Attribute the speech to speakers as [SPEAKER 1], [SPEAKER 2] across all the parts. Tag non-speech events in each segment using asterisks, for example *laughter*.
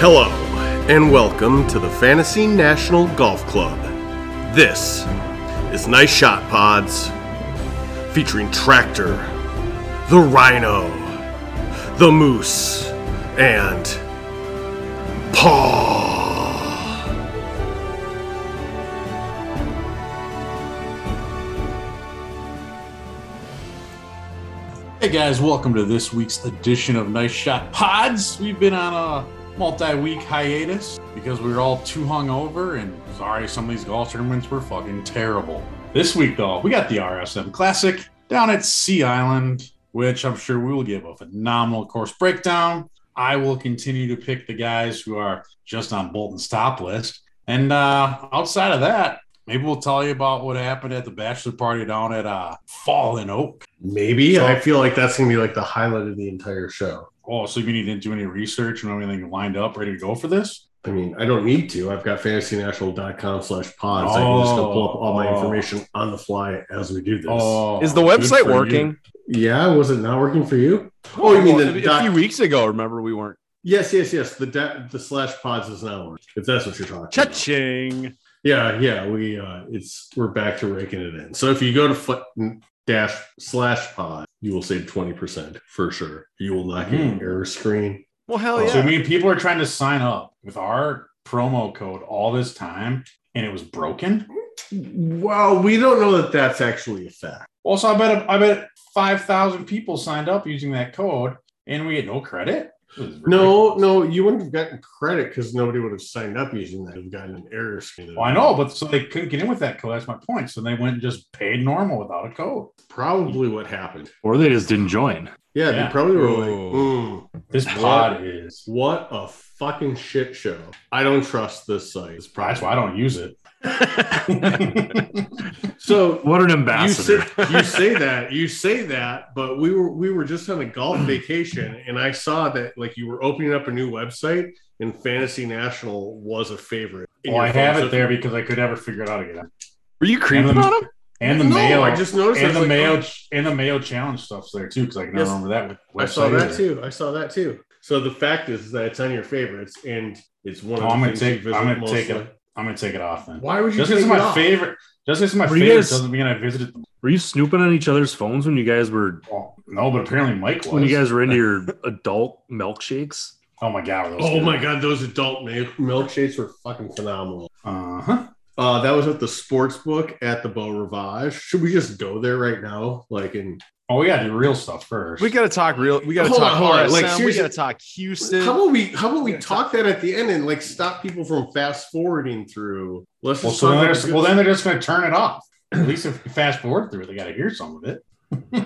[SPEAKER 1] Hello, and welcome to the Fantasy National Golf Club. This is Nice Shot Pods, featuring Tractor, the Rhino, the Moose, and Paw.
[SPEAKER 2] Hey guys, welcome to this week's edition of Nice Shot Pods. We've been on a multi-week hiatus because we were all too hungover and sorry some of these golf tournaments were fucking terrible. This week though, we got the RSM Classic down at Sea Island, which I'm sure we will give a phenomenal course breakdown. I will continue to pick the guys who are just on Bolton's top list. And uh, outside of that, maybe we'll tell you about what happened at the bachelor party down at uh, Fallen Oak.
[SPEAKER 1] Maybe. I feel like that's going to be like the highlight of the entire show.
[SPEAKER 2] Oh, so you didn't do any research and anything lined up, ready to go for this?
[SPEAKER 1] I mean, I don't need to. I've got fantasynational.com slash pods. I can just go pull up all my
[SPEAKER 2] Oh.
[SPEAKER 1] information on the fly as we do this.
[SPEAKER 3] Is the
[SPEAKER 2] good
[SPEAKER 3] website
[SPEAKER 2] for you.
[SPEAKER 3] working?
[SPEAKER 1] Yeah, was it not working for you? Oh, you mean
[SPEAKER 3] Well,
[SPEAKER 1] the
[SPEAKER 3] a,
[SPEAKER 1] doc-
[SPEAKER 3] a few weeks ago? Remember we weren't.
[SPEAKER 1] Yes, yes, yes. The da- the slash pods is not working. If that's what you're talking. about.
[SPEAKER 3] Cha-ching!
[SPEAKER 1] Yeah, yeah. We uh, it's we're back to raking it in. So if you go to foot dash slash pod, you will save twenty percent for sure. You will not get an
[SPEAKER 2] Hmm.
[SPEAKER 1] error screen.
[SPEAKER 3] Well, hell
[SPEAKER 1] Oh,
[SPEAKER 3] yeah!
[SPEAKER 2] So I mean, people are trying to sign up with our promo code all this time, and it was broken.
[SPEAKER 1] Well, we don't know that that's actually a fact.
[SPEAKER 2] Also, I bet I bet five thousand people signed up using that code, and we get no credit. This is
[SPEAKER 1] No,
[SPEAKER 2] ridiculous.
[SPEAKER 1] no, you wouldn't have gotten credit because nobody would have signed up using that. You've gotten an error screen.
[SPEAKER 2] Well, I know, but so they couldn't get in with that code. That's my point. So they went and just paid normal without a code.
[SPEAKER 1] probably what happened.
[SPEAKER 4] or they just
[SPEAKER 3] *laughs*
[SPEAKER 4] didn't join.
[SPEAKER 1] Yeah,
[SPEAKER 2] Yeah.
[SPEAKER 1] they probably were like,
[SPEAKER 3] Oh.
[SPEAKER 1] "Hmm,
[SPEAKER 2] This pod is.
[SPEAKER 1] What a fucking shit show. I don't trust this site. It's
[SPEAKER 2] That's why I don't use it.
[SPEAKER 1] So
[SPEAKER 4] What an
[SPEAKER 1] you say,
[SPEAKER 4] ambassador!
[SPEAKER 1] you say that, you say that, but we were we were just on a
[SPEAKER 2] *clears throat*
[SPEAKER 1] golf vacation and I saw that like you were opening up a new website and Fantasy National was a favorite. in
[SPEAKER 2] well, Oh, I
[SPEAKER 1] your phone.
[SPEAKER 2] have
[SPEAKER 1] So-
[SPEAKER 2] it there because I could never figure it out again.
[SPEAKER 3] Were you creeping
[SPEAKER 2] And the-
[SPEAKER 3] on him?
[SPEAKER 2] And the
[SPEAKER 1] No,
[SPEAKER 2] mail,
[SPEAKER 1] I just noticed
[SPEAKER 2] and
[SPEAKER 1] it's
[SPEAKER 2] the
[SPEAKER 1] like,
[SPEAKER 2] mail,
[SPEAKER 1] oh,
[SPEAKER 2] and the mail challenge stuff's there too because I can
[SPEAKER 1] Yes.
[SPEAKER 2] remember that.
[SPEAKER 1] oh, I
[SPEAKER 2] website
[SPEAKER 1] saw that
[SPEAKER 2] either.
[SPEAKER 1] too. I saw that too. So the fact is that it's on your favorites and it's one of
[SPEAKER 2] Oh,
[SPEAKER 1] the
[SPEAKER 2] I'm gonna
[SPEAKER 1] things
[SPEAKER 2] take-
[SPEAKER 1] you visit
[SPEAKER 2] I'm gonna
[SPEAKER 1] most
[SPEAKER 2] take it.
[SPEAKER 1] li-
[SPEAKER 2] I'm gonna take it off then.
[SPEAKER 1] Why would you
[SPEAKER 2] Just
[SPEAKER 1] take
[SPEAKER 2] because
[SPEAKER 1] it
[SPEAKER 2] it's my
[SPEAKER 1] off?
[SPEAKER 2] favorite, just because it's my
[SPEAKER 4] Were you
[SPEAKER 2] favorite
[SPEAKER 4] guys-
[SPEAKER 2] doesn't mean I visited. The,
[SPEAKER 4] Were you snooping on each other's phones when you guys were
[SPEAKER 2] oh, no, but apparently Mike was.
[SPEAKER 4] when you guys were into your adult milkshakes?
[SPEAKER 2] oh my god.
[SPEAKER 1] Oh my god, those adult milk- milkshakes were fucking phenomenal.
[SPEAKER 2] Uh huh.
[SPEAKER 1] Uh, that was at the sports book at the Beau Rivage. Should we just go there right now? Like, in
[SPEAKER 2] Oh, we gotta do real stuff first.
[SPEAKER 3] We gotta talk real. We gotta
[SPEAKER 1] Hold
[SPEAKER 3] talk
[SPEAKER 1] on, hold on. Like,
[SPEAKER 3] RSM, we
[SPEAKER 1] seriously-
[SPEAKER 3] gotta talk Houston.
[SPEAKER 1] how about we how about we
[SPEAKER 3] Yeah,
[SPEAKER 1] talk that at the end and like stop people from fast forwarding through? Let's
[SPEAKER 2] well,
[SPEAKER 1] just
[SPEAKER 2] so
[SPEAKER 1] talk
[SPEAKER 2] then
[SPEAKER 1] about
[SPEAKER 2] they're,
[SPEAKER 1] the
[SPEAKER 2] well,
[SPEAKER 1] good-
[SPEAKER 2] then they're just gonna turn it off. At least if you fast forward through it, they gotta hear some of it.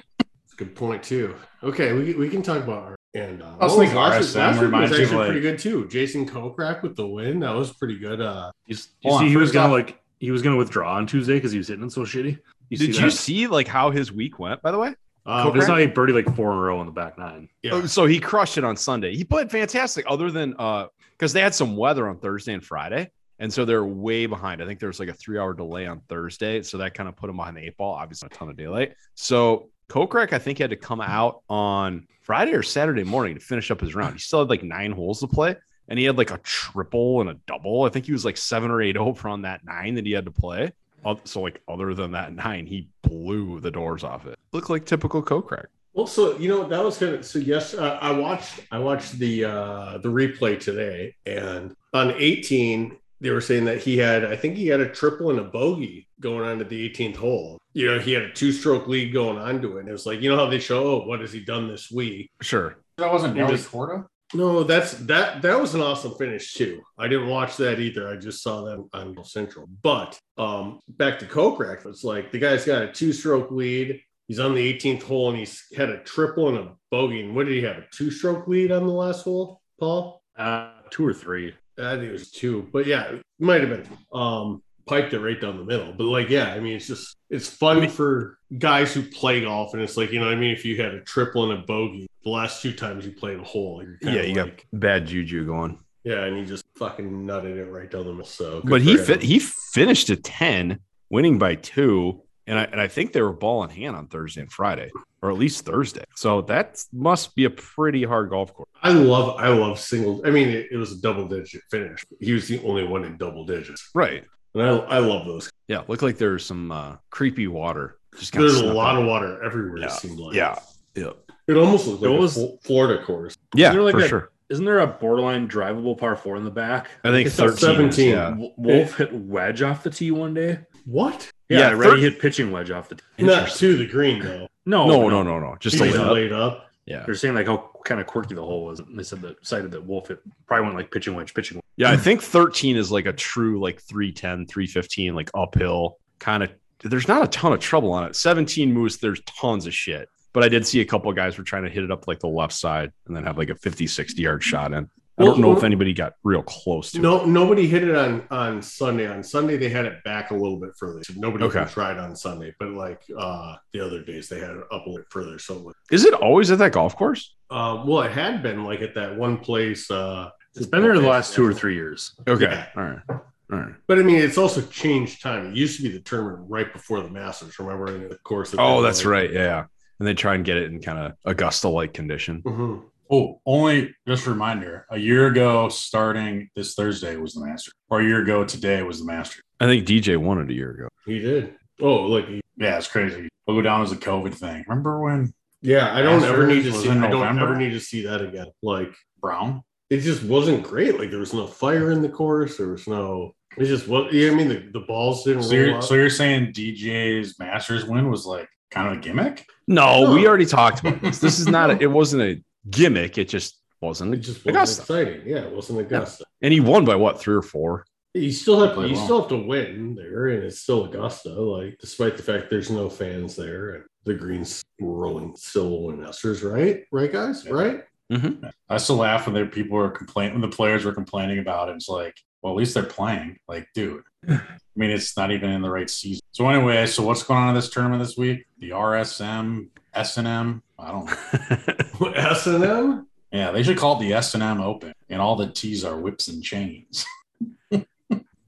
[SPEAKER 1] good point too. Okay, we, we can talk about our and uh,
[SPEAKER 2] I was
[SPEAKER 1] what was
[SPEAKER 2] thinking
[SPEAKER 1] last,
[SPEAKER 2] RSM
[SPEAKER 1] last week was
[SPEAKER 2] reminds you
[SPEAKER 1] actually
[SPEAKER 2] of, like-
[SPEAKER 1] pretty good too. Jason Kokrak with the win that was pretty good. Uh,
[SPEAKER 4] You, s-
[SPEAKER 3] Oh,
[SPEAKER 4] you
[SPEAKER 2] Hold
[SPEAKER 4] see,
[SPEAKER 2] on,
[SPEAKER 4] he was
[SPEAKER 2] first
[SPEAKER 4] gonna
[SPEAKER 2] off-
[SPEAKER 4] like he was gonna withdraw on Tuesday because he was hitting it so shitty. You
[SPEAKER 3] Did
[SPEAKER 4] see
[SPEAKER 3] you
[SPEAKER 4] that?
[SPEAKER 3] see like how his week went? By the way,
[SPEAKER 1] uh,
[SPEAKER 4] That's how
[SPEAKER 1] Kokrak-
[SPEAKER 4] he birdied like four in a row in the back nine.
[SPEAKER 1] Yeah.
[SPEAKER 3] Oh, so he crushed it on Sunday. He played fantastic. Other than uh, because they had some weather on Thursday and Friday, and so they're way behind. I think there was like a three-hour delay on Thursday, so that kind of put him behind the eight ball. Obviously, a ton of daylight. So Kokrak, I think, had to come out on Friday or Saturday morning to finish up his round. He still had like nine holes to play, and he had like a triple and a double. I think he was like seven or eight over on that nine that he had to play. Uh, So like, other than that nine, he blew the doors off it. Looked like typical Kokrak.
[SPEAKER 1] Well, so you know that was kind of so. Yes, uh, I watched I watched the uh, the replay today, and on 18, they were saying that he had I think he had a triple and a bogey going on to the 18th hole. You know, he had a two stroke lead going on to it. And it was like you know how they show oh what has he done this week?
[SPEAKER 3] Sure.
[SPEAKER 2] That wasn't
[SPEAKER 1] You
[SPEAKER 2] Nelly
[SPEAKER 1] just-
[SPEAKER 2] Korda?
[SPEAKER 1] No, that's that that was an awesome finish too. I didn't watch that either. I just saw that on Golf Central. But um back to Kokrak, it's like the guy's got a two-stroke lead. He's on the 18th hole and he's had a triple and a bogey. And what did he have? A two-stroke lead on the last hole, Paul?
[SPEAKER 4] Uh, two or three.
[SPEAKER 1] I think it was two, but yeah, it might have been um piped it right down the middle. But like, yeah, I mean it's just it's fun for guys who play golf, and it's like, you know what I mean? If you had a triple and a bogey the last two times you played a hole, you're kind
[SPEAKER 3] Yeah,
[SPEAKER 1] of
[SPEAKER 3] you
[SPEAKER 1] like,
[SPEAKER 3] got bad juju going.
[SPEAKER 1] yeah, and he just fucking nutted it right down the middle. So, good
[SPEAKER 3] but
[SPEAKER 1] for
[SPEAKER 3] he
[SPEAKER 1] him.
[SPEAKER 3] fi- he finished a ten, winning by two, And I, and I think they were ball in hand on Thursday and Friday, or at least Thursday. So that must be a pretty hard golf course.
[SPEAKER 1] I love I love singles. I mean, it, it was a double digit finish. He was the only one in double digits,
[SPEAKER 3] Right.
[SPEAKER 1] and I I love those.
[SPEAKER 3] Yeah. Looked like there's some uh, creepy water. Just kinda
[SPEAKER 1] There's a
[SPEAKER 3] snuck
[SPEAKER 1] lot
[SPEAKER 3] up.
[SPEAKER 1] of water everywhere.
[SPEAKER 3] Yeah.
[SPEAKER 1] It seemed like
[SPEAKER 3] Yeah. Yeah.
[SPEAKER 1] It almost looked like
[SPEAKER 4] It
[SPEAKER 1] a
[SPEAKER 4] was-
[SPEAKER 1] Fl- Florida course.
[SPEAKER 3] Yeah.
[SPEAKER 4] there like
[SPEAKER 3] for
[SPEAKER 4] that-
[SPEAKER 3] sure.
[SPEAKER 4] Isn't there a borderline drivable par four in the back?
[SPEAKER 3] I think
[SPEAKER 4] it's not
[SPEAKER 3] 13.
[SPEAKER 1] 17.
[SPEAKER 3] Yeah.
[SPEAKER 4] W- Wolf hit wedge off the tee one day.
[SPEAKER 1] What?
[SPEAKER 3] Yeah,
[SPEAKER 4] Yeah, right.
[SPEAKER 3] thir-
[SPEAKER 4] he hit pitching wedge off the tee.
[SPEAKER 1] Not to the green though.
[SPEAKER 4] Oh, No,
[SPEAKER 3] no, no, no, no. Just
[SPEAKER 1] Just
[SPEAKER 3] a
[SPEAKER 1] laid,
[SPEAKER 3] layup.
[SPEAKER 1] up.
[SPEAKER 3] Yeah.
[SPEAKER 4] They're saying like how kind of quirky the hole was. And they said that cited that Wolf hit probably went like pitching wedge, pitching wedge.
[SPEAKER 3] Yeah, I
[SPEAKER 1] Mm.
[SPEAKER 3] think 13 is like a true like 310, 315, like uphill kind of. There's not a ton of trouble on it. 17 moose, there's tons of shit. But I did see a couple of guys were trying to hit it up like the left side and then have like a 50, 60 yard shot in. I
[SPEAKER 1] Well,
[SPEAKER 3] don't know if
[SPEAKER 1] well-
[SPEAKER 3] anybody got real close to it.
[SPEAKER 1] No, nobody hit it on on Sunday. On Sunday they had it back a little bit further. So nobody
[SPEAKER 3] Okay.
[SPEAKER 1] even tried on Sunday, but like uh the other days they had it up a little bit further. So like,
[SPEAKER 3] Is it always at that golf course?
[SPEAKER 1] uh, well, it had been like at that one place. uh
[SPEAKER 4] It's been there the last two or three years.
[SPEAKER 3] Okay.
[SPEAKER 1] Yeah.
[SPEAKER 3] All right. All right.
[SPEAKER 1] But I mean, it's also changed time. It used to be the tournament right before the Masters. Remember in the course?
[SPEAKER 3] Oh, that's right. Yeah. And they try and get it in kind of Augusta like condition.
[SPEAKER 1] hmm
[SPEAKER 2] Oh, only just a reminder. A year ago, starting this Thursday was the master, or a year ago today was the master.
[SPEAKER 3] I think DJ won it a year ago.
[SPEAKER 1] He did. Oh, look. he-
[SPEAKER 2] Yeah, it's crazy. We'll go down as a COVID thing. Remember when
[SPEAKER 1] Yeah, I don't ever
[SPEAKER 2] Masters
[SPEAKER 1] need to
[SPEAKER 2] was
[SPEAKER 1] see.
[SPEAKER 2] in
[SPEAKER 1] I don't
[SPEAKER 2] November?
[SPEAKER 1] ever need to see that again. Like
[SPEAKER 2] Brown?
[SPEAKER 1] it just wasn't great. Like there was no fire in the course. There was no. It just what yeah, I mean. The, the balls didn't
[SPEAKER 2] So
[SPEAKER 1] roll.
[SPEAKER 2] you're,
[SPEAKER 1] out.
[SPEAKER 2] so you're saying DJ's Masters win was like kind of a gimmick?
[SPEAKER 3] No,
[SPEAKER 1] No.
[SPEAKER 3] we already talked about this. This is not, a, it wasn't a gimmick. It just wasn't
[SPEAKER 1] it
[SPEAKER 3] a
[SPEAKER 1] just wasn't
[SPEAKER 3] Augusta.
[SPEAKER 1] exciting. Yeah, it wasn't Augusta.
[SPEAKER 3] And he won by what three or four?
[SPEAKER 1] You still have
[SPEAKER 2] He played
[SPEAKER 1] you
[SPEAKER 2] well.
[SPEAKER 1] still have to win there, and it's still Augusta. Like despite the fact there's no fans there, and the greens were rolling still and Esters, right? Right, guys,
[SPEAKER 2] Yeah.
[SPEAKER 1] right? *laughs*
[SPEAKER 2] I still laugh when their people were complaining when the players were complaining about it. It's like, well, at least they're playing. Like, dude. I mean, it's not even in the right season. So anyway, so what's going on in this tournament this week? The RSM, S and M. I don't know.
[SPEAKER 1] S and M.
[SPEAKER 2] Yeah, they should call it the S and M Open, and all the tees are whips and chains.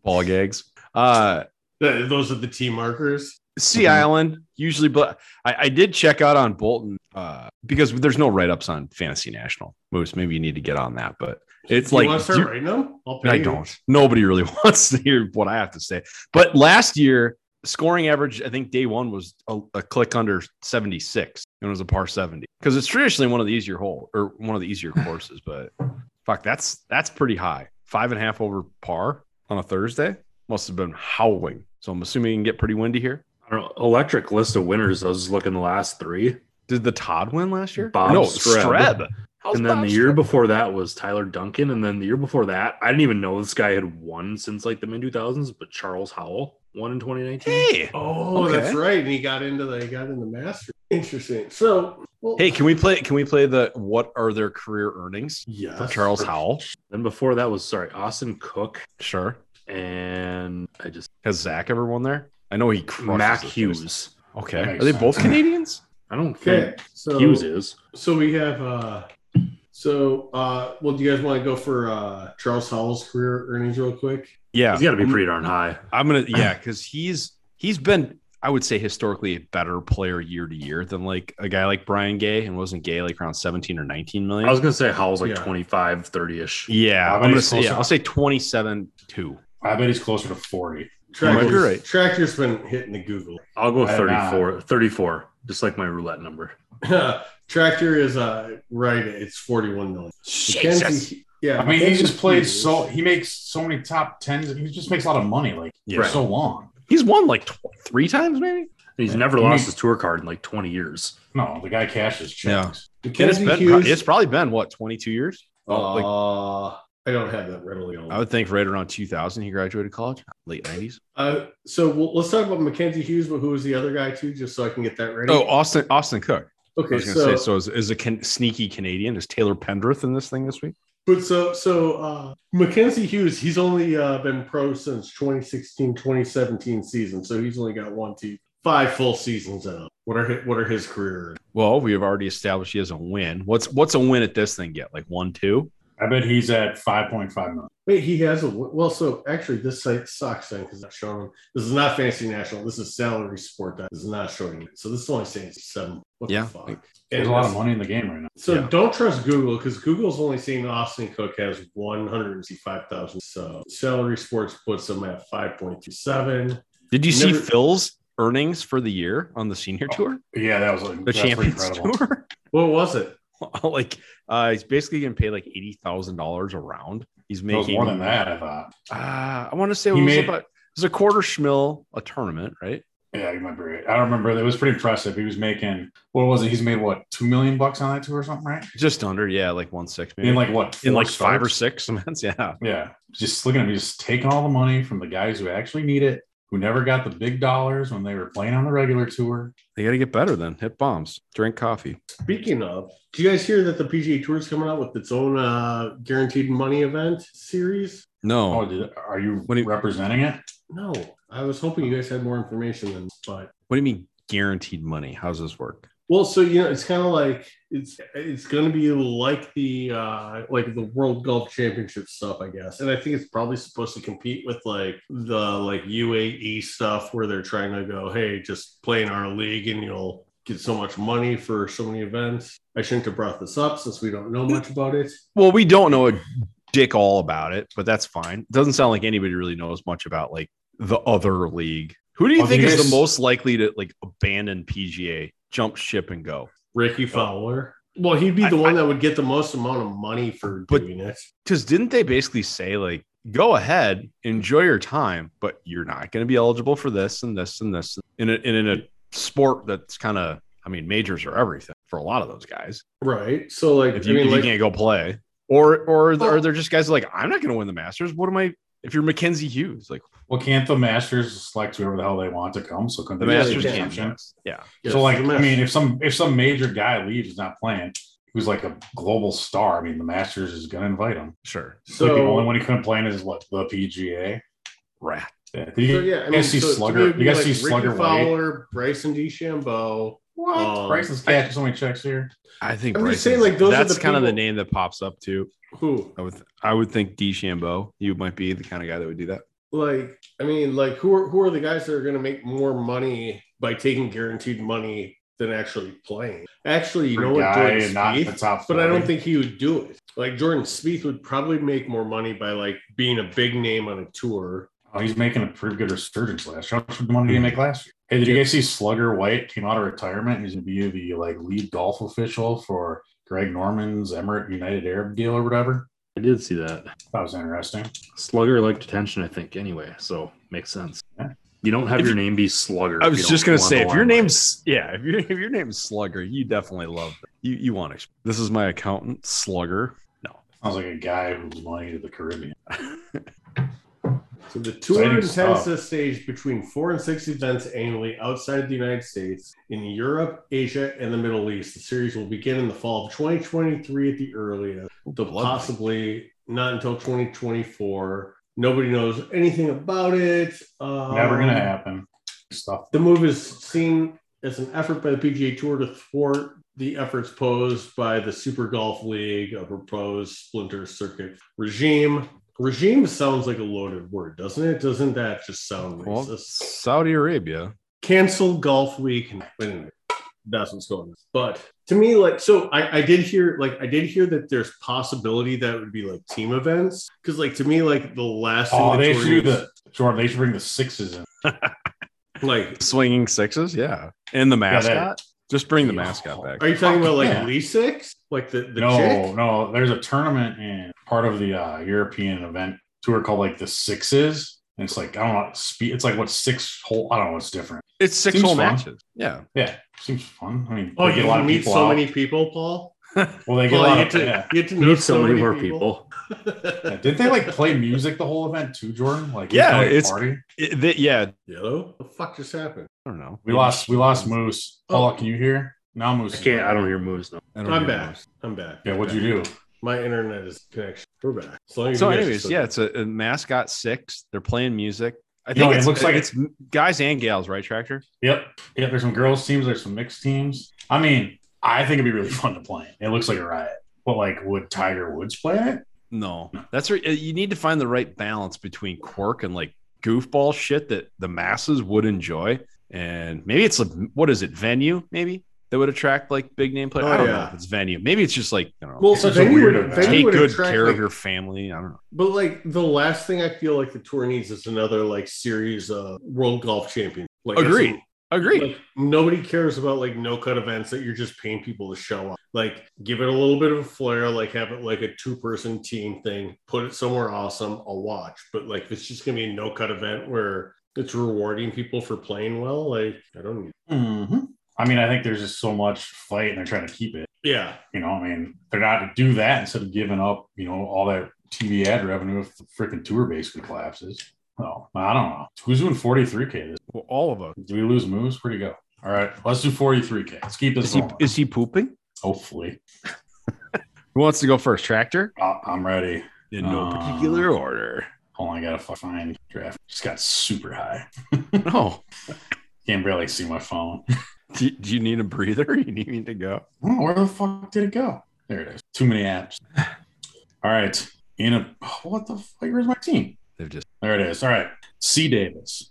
[SPEAKER 3] Ball gags. Uh,
[SPEAKER 1] Those are the T markers.
[SPEAKER 3] sea Island usually, but I, I did check out on Bolton uh, because there's no write ups on Fantasy National moves. Maybe you need to get on that, but it's
[SPEAKER 1] you
[SPEAKER 3] like
[SPEAKER 1] want to start
[SPEAKER 3] you-
[SPEAKER 1] writing them? I'll pay
[SPEAKER 3] I
[SPEAKER 1] you.
[SPEAKER 3] don't. Nobody really *laughs* wants to hear what I have to say. But last year, scoring average, I think day one was a, a click under 76 and it was a par 70 because it's traditionally one of the easier hole or one of the easier courses. But fuck, that's that's pretty high. Five and a half over par on a Thursday must have been howling. So I'm assuming it can get pretty windy here.
[SPEAKER 4] I don't know, electric list of winners. I was looking the last three,
[SPEAKER 3] Did the Todd win last year?
[SPEAKER 4] Bob
[SPEAKER 3] no,
[SPEAKER 4] Streb.
[SPEAKER 3] Streb. How's
[SPEAKER 4] and then
[SPEAKER 3] Bob
[SPEAKER 4] the year
[SPEAKER 3] Streb?
[SPEAKER 4] before that was Tyler Duncan, and then the year before that, I didn't even know this guy had won since like the mid two thousands. But Charles Howell won in twenty nineteen.
[SPEAKER 3] Hey.
[SPEAKER 1] Oh,
[SPEAKER 3] Okay.
[SPEAKER 1] that's right. And he got into the he got into master. Interesting. So, well,
[SPEAKER 3] Hey, can we play? Can we play the what are their career earnings
[SPEAKER 1] yes.
[SPEAKER 3] for Charles Howell?
[SPEAKER 4] Then before that was sorry Austin Cook
[SPEAKER 3] Sure.
[SPEAKER 4] and I just
[SPEAKER 3] Has Zach ever won there? I know he crushes
[SPEAKER 4] Mac
[SPEAKER 3] the Thursday.
[SPEAKER 4] Hughes.
[SPEAKER 3] Okay,
[SPEAKER 2] That
[SPEAKER 3] are
[SPEAKER 2] makes
[SPEAKER 3] they
[SPEAKER 2] sense.
[SPEAKER 3] both Canadians?
[SPEAKER 4] I don't
[SPEAKER 1] Okay,
[SPEAKER 4] think
[SPEAKER 1] so
[SPEAKER 4] Hughes is.
[SPEAKER 1] so we have uh, so uh, well, do you guys want to go for uh Charles Howell's career earnings real quick?
[SPEAKER 3] Yeah,
[SPEAKER 4] He's got to be pretty darn high.
[SPEAKER 3] I'm gonna yeah, because he's he's been I would say historically a better player year to year than like a guy like Brian Gay and wasn't Gay like around 17 or 19 million.
[SPEAKER 4] I was gonna say Howell's like
[SPEAKER 1] Yeah.
[SPEAKER 4] 25, 30 ish.
[SPEAKER 3] yeah,
[SPEAKER 2] I
[SPEAKER 3] I'm
[SPEAKER 2] bet
[SPEAKER 3] gonna
[SPEAKER 2] he's
[SPEAKER 3] say yeah,
[SPEAKER 2] closer.
[SPEAKER 3] I'll say 27 two.
[SPEAKER 2] I bet he's closer to forty.
[SPEAKER 1] Tractor's,
[SPEAKER 3] you're right.
[SPEAKER 1] Tractor's been hitting the Google. *laughs*
[SPEAKER 4] I'll go
[SPEAKER 2] I have
[SPEAKER 4] 34, 34, just like my roulette number.
[SPEAKER 1] Tractor is uh right. It's forty one million. Mackenzie- yeah,
[SPEAKER 2] I mean, he just
[SPEAKER 1] Mackenzie
[SPEAKER 2] played
[SPEAKER 1] Hughes.
[SPEAKER 2] so he makes so many top tens. He just makes a lot of money, like
[SPEAKER 3] Yeah.
[SPEAKER 2] for so long.
[SPEAKER 3] He's won like tw- three times maybe.
[SPEAKER 4] He's
[SPEAKER 2] Yeah.
[SPEAKER 4] never
[SPEAKER 2] I
[SPEAKER 4] lost
[SPEAKER 2] mean-
[SPEAKER 4] his tour card in like 20 years.
[SPEAKER 2] No, the guy cashes checks.
[SPEAKER 3] And it's
[SPEAKER 1] Mackenzie
[SPEAKER 3] been
[SPEAKER 1] Hughes.
[SPEAKER 3] it's probably been what 22 years.
[SPEAKER 1] uh,
[SPEAKER 3] like-
[SPEAKER 1] I don't have that readily. on.
[SPEAKER 3] I would think right around 2000 he graduated college, late 90s.
[SPEAKER 1] Uh, so we'll, let's talk about Mackenzie Hughes, but who was the other guy too, just so I can get that ready.
[SPEAKER 3] Oh, Austin Austin Cook. I
[SPEAKER 1] okay.
[SPEAKER 3] was gonna
[SPEAKER 1] So,
[SPEAKER 3] say so is, is a can, sneaky Canadian. Is Taylor Pendrith in this thing this week?
[SPEAKER 1] but so so uh, Mackenzie Hughes, he's only uh, been pro since 2016, 2017 season, so he's only got one, two, five full seasons out. What are his, what are his career?
[SPEAKER 3] Well, we have already established he has a win. What's what's a win at this thing get? Like one, two?
[SPEAKER 2] I bet he's at five point five million.
[SPEAKER 1] Wait, he has a well. So actually, this site sucks then because it's showing. This is not fantasy national. This is salary sport. That is not showing. it. So this is only saying seven. What
[SPEAKER 3] Yeah.
[SPEAKER 1] the fuck?
[SPEAKER 2] There's
[SPEAKER 1] And
[SPEAKER 2] a lot of
[SPEAKER 1] that's-
[SPEAKER 2] money in the game right now.
[SPEAKER 1] So
[SPEAKER 3] Yeah.
[SPEAKER 1] don't trust Google because Google's only seeing Austin Cook has 165,000. So salary sports puts him at 5.37.
[SPEAKER 3] Did you see
[SPEAKER 1] Never-
[SPEAKER 3] Phil's earnings for the year on the senior tour,
[SPEAKER 2] Yeah, that was like
[SPEAKER 3] the Champions Tour? *laughs*
[SPEAKER 1] What was it?
[SPEAKER 3] like, uh, he's basically getting paid like eighty thousand dollars a round. He's
[SPEAKER 2] It was
[SPEAKER 3] making
[SPEAKER 2] more than that, I thought.
[SPEAKER 3] Uh, I want to say it
[SPEAKER 2] He
[SPEAKER 3] was
[SPEAKER 2] made-
[SPEAKER 3] about it was a quarter schmil a tournament, right?
[SPEAKER 2] Yeah, you might be right. I don't remember. It was pretty impressive. He was making what was it? He's made what two million bucks on that tour or something, right?
[SPEAKER 3] Just under, yeah, like one six maybe.
[SPEAKER 2] In like what?
[SPEAKER 3] in
[SPEAKER 2] four
[SPEAKER 3] like five or
[SPEAKER 2] starts?
[SPEAKER 3] six *laughs* events, yeah.
[SPEAKER 2] Yeah, just look at him. He's just taking all the money from the guys who actually need it, who never got the big dollars when they were playing on the regular tour.
[SPEAKER 3] They got to get better then. Hit bombs, drink coffee.
[SPEAKER 1] Speaking of, do you guys hear that the PGA Tour is coming out with its own uh, guaranteed money event series?
[SPEAKER 3] No,
[SPEAKER 2] Oh, did, are you
[SPEAKER 3] What do you-
[SPEAKER 2] representing it?
[SPEAKER 1] No, I was hoping you guys had more information than, but
[SPEAKER 3] what do you mean guaranteed money? How's this work?
[SPEAKER 1] Well, so you know, it's kind of like it's it's going to be like the uh like the World Golf Championship stuff, I guess. And I think it's probably supposed to compete with like the like UAE stuff where they're trying to go, hey, just play in our league and you'll get so much money for so many events. I shouldn't have brought this up since we don't
[SPEAKER 3] Mm.
[SPEAKER 1] know much about it.
[SPEAKER 3] Well, we don't know a dick all about it, but that's fine. Doesn't sound like anybody really knows much about like the other league. Who do you
[SPEAKER 2] Well,
[SPEAKER 3] think
[SPEAKER 2] you
[SPEAKER 3] is
[SPEAKER 2] guys-
[SPEAKER 3] the most likely to like abandon PGA, jump ship, and go?
[SPEAKER 1] Ricky Fowler. Well, he'd be the
[SPEAKER 3] Oh. I-
[SPEAKER 1] one that would get the most amount of money for
[SPEAKER 3] But-
[SPEAKER 1] doing it.
[SPEAKER 3] because didn't they basically say like go ahead enjoy your time but you're not going to be eligible for this and this and this in a, in a sport that's kind of i mean majors are everything for a lot of those guys
[SPEAKER 1] Right. So like
[SPEAKER 3] if you,
[SPEAKER 1] I mean
[SPEAKER 3] if you
[SPEAKER 1] like
[SPEAKER 3] can't go play or or are there just guys like i'm not going to win the masters what am i if you're Mackenzie Hughes, like
[SPEAKER 2] Well, can't the Masters select whoever the hell they want to come? So couldn't
[SPEAKER 3] the
[SPEAKER 2] they
[SPEAKER 1] Yeah,
[SPEAKER 2] just
[SPEAKER 3] Masters
[SPEAKER 2] do
[SPEAKER 1] can.
[SPEAKER 3] champion,
[SPEAKER 2] exemption?
[SPEAKER 3] yeah,
[SPEAKER 1] yes,
[SPEAKER 2] so, like,
[SPEAKER 1] the
[SPEAKER 2] I
[SPEAKER 1] Masters.
[SPEAKER 2] mean, if some if some major guy leaves, is not playing, who's like a global star. I mean, the Masters is going to invite him.
[SPEAKER 3] sure,
[SPEAKER 2] So like the only
[SPEAKER 1] so
[SPEAKER 2] one he couldn't play in is what the PGA.
[SPEAKER 3] rat.
[SPEAKER 2] Yeah.
[SPEAKER 1] So,
[SPEAKER 2] You,
[SPEAKER 1] yeah, I
[SPEAKER 2] guys
[SPEAKER 1] mean,
[SPEAKER 2] see
[SPEAKER 1] so to me,
[SPEAKER 2] Slugger.
[SPEAKER 1] it'd be
[SPEAKER 2] You guys
[SPEAKER 1] like
[SPEAKER 2] see Slugger
[SPEAKER 1] Ricky
[SPEAKER 2] Wade.
[SPEAKER 1] Fowler, Bryson DeChambeau.
[SPEAKER 2] What?
[SPEAKER 1] Um,
[SPEAKER 2] Bryson's catching so many checks here.
[SPEAKER 3] I think
[SPEAKER 1] I'm just
[SPEAKER 3] Bryson's-
[SPEAKER 1] saying, like, those are
[SPEAKER 3] that's
[SPEAKER 1] the
[SPEAKER 3] kind of the
[SPEAKER 1] people-
[SPEAKER 3] name that pops up too.
[SPEAKER 1] Who?
[SPEAKER 3] I would I would think DeChambeau. You might be the kind of guy that would do that.
[SPEAKER 1] Like, I mean, like, who are who are the guys that are going to make more money by taking guaranteed money than actually playing? Actually, you
[SPEAKER 2] For a
[SPEAKER 1] know what?
[SPEAKER 2] guy
[SPEAKER 1] Jordan
[SPEAKER 2] not in the
[SPEAKER 1] Spieth?
[SPEAKER 2] top
[SPEAKER 1] but I don't
[SPEAKER 2] 40.
[SPEAKER 1] think he would do it. Like Jordan Spieth would probably make more money by like being a big name on a tour.
[SPEAKER 2] Oh, he's making a pretty good resurgence last year. How much money
[SPEAKER 1] Hmm.
[SPEAKER 2] did he make last year? Hey, did you guys see Slugger White came out of retirement? He's going to be the like lead golf official for Greg Norman's Emirate United Arab deal or whatever.
[SPEAKER 4] I did see that.
[SPEAKER 2] That was interesting.
[SPEAKER 4] Slugger liked attention, I think. Anyway, so makes sense.
[SPEAKER 2] Yeah.
[SPEAKER 4] You don't have
[SPEAKER 3] If-
[SPEAKER 4] your name be Slugger.
[SPEAKER 3] I
[SPEAKER 4] if
[SPEAKER 3] was
[SPEAKER 4] you
[SPEAKER 3] just
[SPEAKER 4] don't
[SPEAKER 3] gonna
[SPEAKER 4] want
[SPEAKER 3] say,
[SPEAKER 4] the
[SPEAKER 3] if your
[SPEAKER 4] limelight.
[SPEAKER 3] name's yeah, if your if your name's Slugger, you definitely love it. you. You want to? This is my accountant, Slugger.
[SPEAKER 2] Sounds like a guy who's money to the Caribbean.
[SPEAKER 1] So the
[SPEAKER 2] Exciting
[SPEAKER 1] tour intends
[SPEAKER 2] stuff.
[SPEAKER 1] to stage between four and six events annually outside the United States, in Europe, Asia, and the Middle East. The series will begin in the fall of 2023 at the earliest, though
[SPEAKER 3] lovely.
[SPEAKER 1] possibly not until 2024. Nobody knows anything about it. Um,
[SPEAKER 2] Never going to happen. Stuff.
[SPEAKER 1] The move is seen as an effort by the PGA Tour to thwart the efforts posed by the Super Golf League, a proposed splinter circuit regime. Regime sounds like a loaded word, doesn't it? Doesn't that just sound
[SPEAKER 3] Well,
[SPEAKER 1] racist?
[SPEAKER 3] Saudi Arabia.
[SPEAKER 1] cancel golf week and wait a minute. That's what's going on. But to me, like so I, I did hear like I did hear that there's possibility that it would be like team events. Cause like to me, like the last thing
[SPEAKER 2] Oh,
[SPEAKER 1] the
[SPEAKER 2] they
[SPEAKER 1] Tour
[SPEAKER 2] should do
[SPEAKER 1] needs-
[SPEAKER 2] the Jordan. They should bring the sixes in.
[SPEAKER 1] like
[SPEAKER 3] Swinging sixes, yeah, oh, and the
[SPEAKER 2] Yeah,
[SPEAKER 3] mascot.
[SPEAKER 2] that-
[SPEAKER 3] Just bring the
[SPEAKER 2] Yeah.
[SPEAKER 3] mascot back.
[SPEAKER 1] are you talking about like
[SPEAKER 2] Yeah.
[SPEAKER 1] Lee Six? Like the, the
[SPEAKER 2] no,
[SPEAKER 1] chick?
[SPEAKER 2] no. There's a tournament in part of the uh, European event tour called like the Sixes. And it's like I don't know. Spe- it's like what six whole. I don't know. what's different.
[SPEAKER 3] It's six
[SPEAKER 2] Seems
[SPEAKER 3] whole
[SPEAKER 2] fun.
[SPEAKER 3] matches. Yeah,
[SPEAKER 2] Yeah, seems fun. I mean,
[SPEAKER 1] Oh,
[SPEAKER 2] they
[SPEAKER 1] you
[SPEAKER 2] get a lot of
[SPEAKER 1] meet
[SPEAKER 2] people
[SPEAKER 1] so
[SPEAKER 2] out.
[SPEAKER 1] many people, Paul.
[SPEAKER 2] Well, they
[SPEAKER 1] Paul,
[SPEAKER 2] get a
[SPEAKER 1] you
[SPEAKER 2] lot
[SPEAKER 1] get
[SPEAKER 2] of,
[SPEAKER 1] to *laughs*
[SPEAKER 2] yeah.
[SPEAKER 1] you get to
[SPEAKER 4] You
[SPEAKER 1] know
[SPEAKER 4] need so many more people.
[SPEAKER 1] *laughs*
[SPEAKER 2] Yeah. Didn't they like play music the whole event too, Jordan? Like, we
[SPEAKER 3] Yeah,
[SPEAKER 2] had, like, a
[SPEAKER 3] it's-
[SPEAKER 2] party.
[SPEAKER 3] It- that- yeah.
[SPEAKER 1] Yellow? The fuck just happened?
[SPEAKER 3] I don't know.
[SPEAKER 2] We lost. We lost Moose. Paul, can you hear? Now Moose.
[SPEAKER 4] Oh. I
[SPEAKER 2] is
[SPEAKER 4] can't.
[SPEAKER 2] back.
[SPEAKER 4] I don't hear moves. No.
[SPEAKER 3] I don't
[SPEAKER 1] I'm
[SPEAKER 3] know.
[SPEAKER 1] back. I'm back.
[SPEAKER 2] Yeah, what'd you do?
[SPEAKER 1] My internet is connection. We're back. As long as
[SPEAKER 3] So,
[SPEAKER 1] you guys are
[SPEAKER 3] anyways,
[SPEAKER 1] still
[SPEAKER 3] yeah,
[SPEAKER 1] there.
[SPEAKER 3] it's a, a mascot six. They're playing music. I
[SPEAKER 2] No,
[SPEAKER 3] think
[SPEAKER 2] it
[SPEAKER 3] it's,
[SPEAKER 2] looks like-
[SPEAKER 3] it's guys and gals, right, Tractor?
[SPEAKER 2] Yep. Yep. There's some girls teams. There's some mixed teams. I *laughs* mean, I think it'd be really fun to play. It looks like a riot. But like, would Tiger Woods play it?
[SPEAKER 3] No, that's right. You need to find the right balance between quirk and like goofball shit that the masses would enjoy. And maybe it's a what is it venue? Maybe that would attract like big name players.
[SPEAKER 1] Oh,
[SPEAKER 3] I don't know
[SPEAKER 1] yeah.
[SPEAKER 3] if it's venue. Maybe it's just like you know,
[SPEAKER 1] Well,
[SPEAKER 2] so
[SPEAKER 1] so
[SPEAKER 2] It's a
[SPEAKER 1] venue
[SPEAKER 2] weird
[SPEAKER 1] would,
[SPEAKER 2] event.
[SPEAKER 1] venue
[SPEAKER 3] take
[SPEAKER 1] would
[SPEAKER 3] good
[SPEAKER 1] attract,
[SPEAKER 3] care
[SPEAKER 1] like-
[SPEAKER 3] of your family. I don't know.
[SPEAKER 1] But like the last thing I feel like the tour needs is another like series of world golf champion. Like that's-
[SPEAKER 3] Agreed. Agreed.
[SPEAKER 1] Like, nobody cares about like no cut events that you're just paying people to show up. Like give it a little bit of a flair, like have it like a two person team thing, put it somewhere awesome, I'll watch. But like if it's just gonna be a no cut event where it's rewarding people for playing well. Like I don't.
[SPEAKER 4] Mm-hmm.
[SPEAKER 2] Mhm. I mean, I think there's just so much fight, and they're trying to keep it.
[SPEAKER 1] Yeah,
[SPEAKER 2] You know, I mean, they're not to do that instead of giving up. You know, all that TV ad revenue if the freaking tour basically collapses. Oh, I don't know. Who's doing 43k? This
[SPEAKER 3] Well, all of us.
[SPEAKER 2] do we lose moves? Where'd he go? All right, let's do 43k. Let's keep
[SPEAKER 3] Is
[SPEAKER 2] this
[SPEAKER 3] he
[SPEAKER 2] rolling.
[SPEAKER 3] is he pooping?
[SPEAKER 2] Hopefully,
[SPEAKER 3] Who wants to go first? Tractor
[SPEAKER 2] I- I'm ready.
[SPEAKER 3] in no
[SPEAKER 2] Uh,
[SPEAKER 3] particular order. *laughs*
[SPEAKER 2] Hold on, I gotta fi- find draft. Just got super high.
[SPEAKER 3] No.
[SPEAKER 2] Can't barely see my phone. *laughs*
[SPEAKER 3] Do, do you need a breather? *laughs* You need me to go?
[SPEAKER 2] Oh, where the fuck did it go? There it is. Too many
[SPEAKER 3] *sighs*
[SPEAKER 2] apps. All right. In a what the fuck? Where's my team?
[SPEAKER 3] They've just
[SPEAKER 2] There it is. All right. C Davis,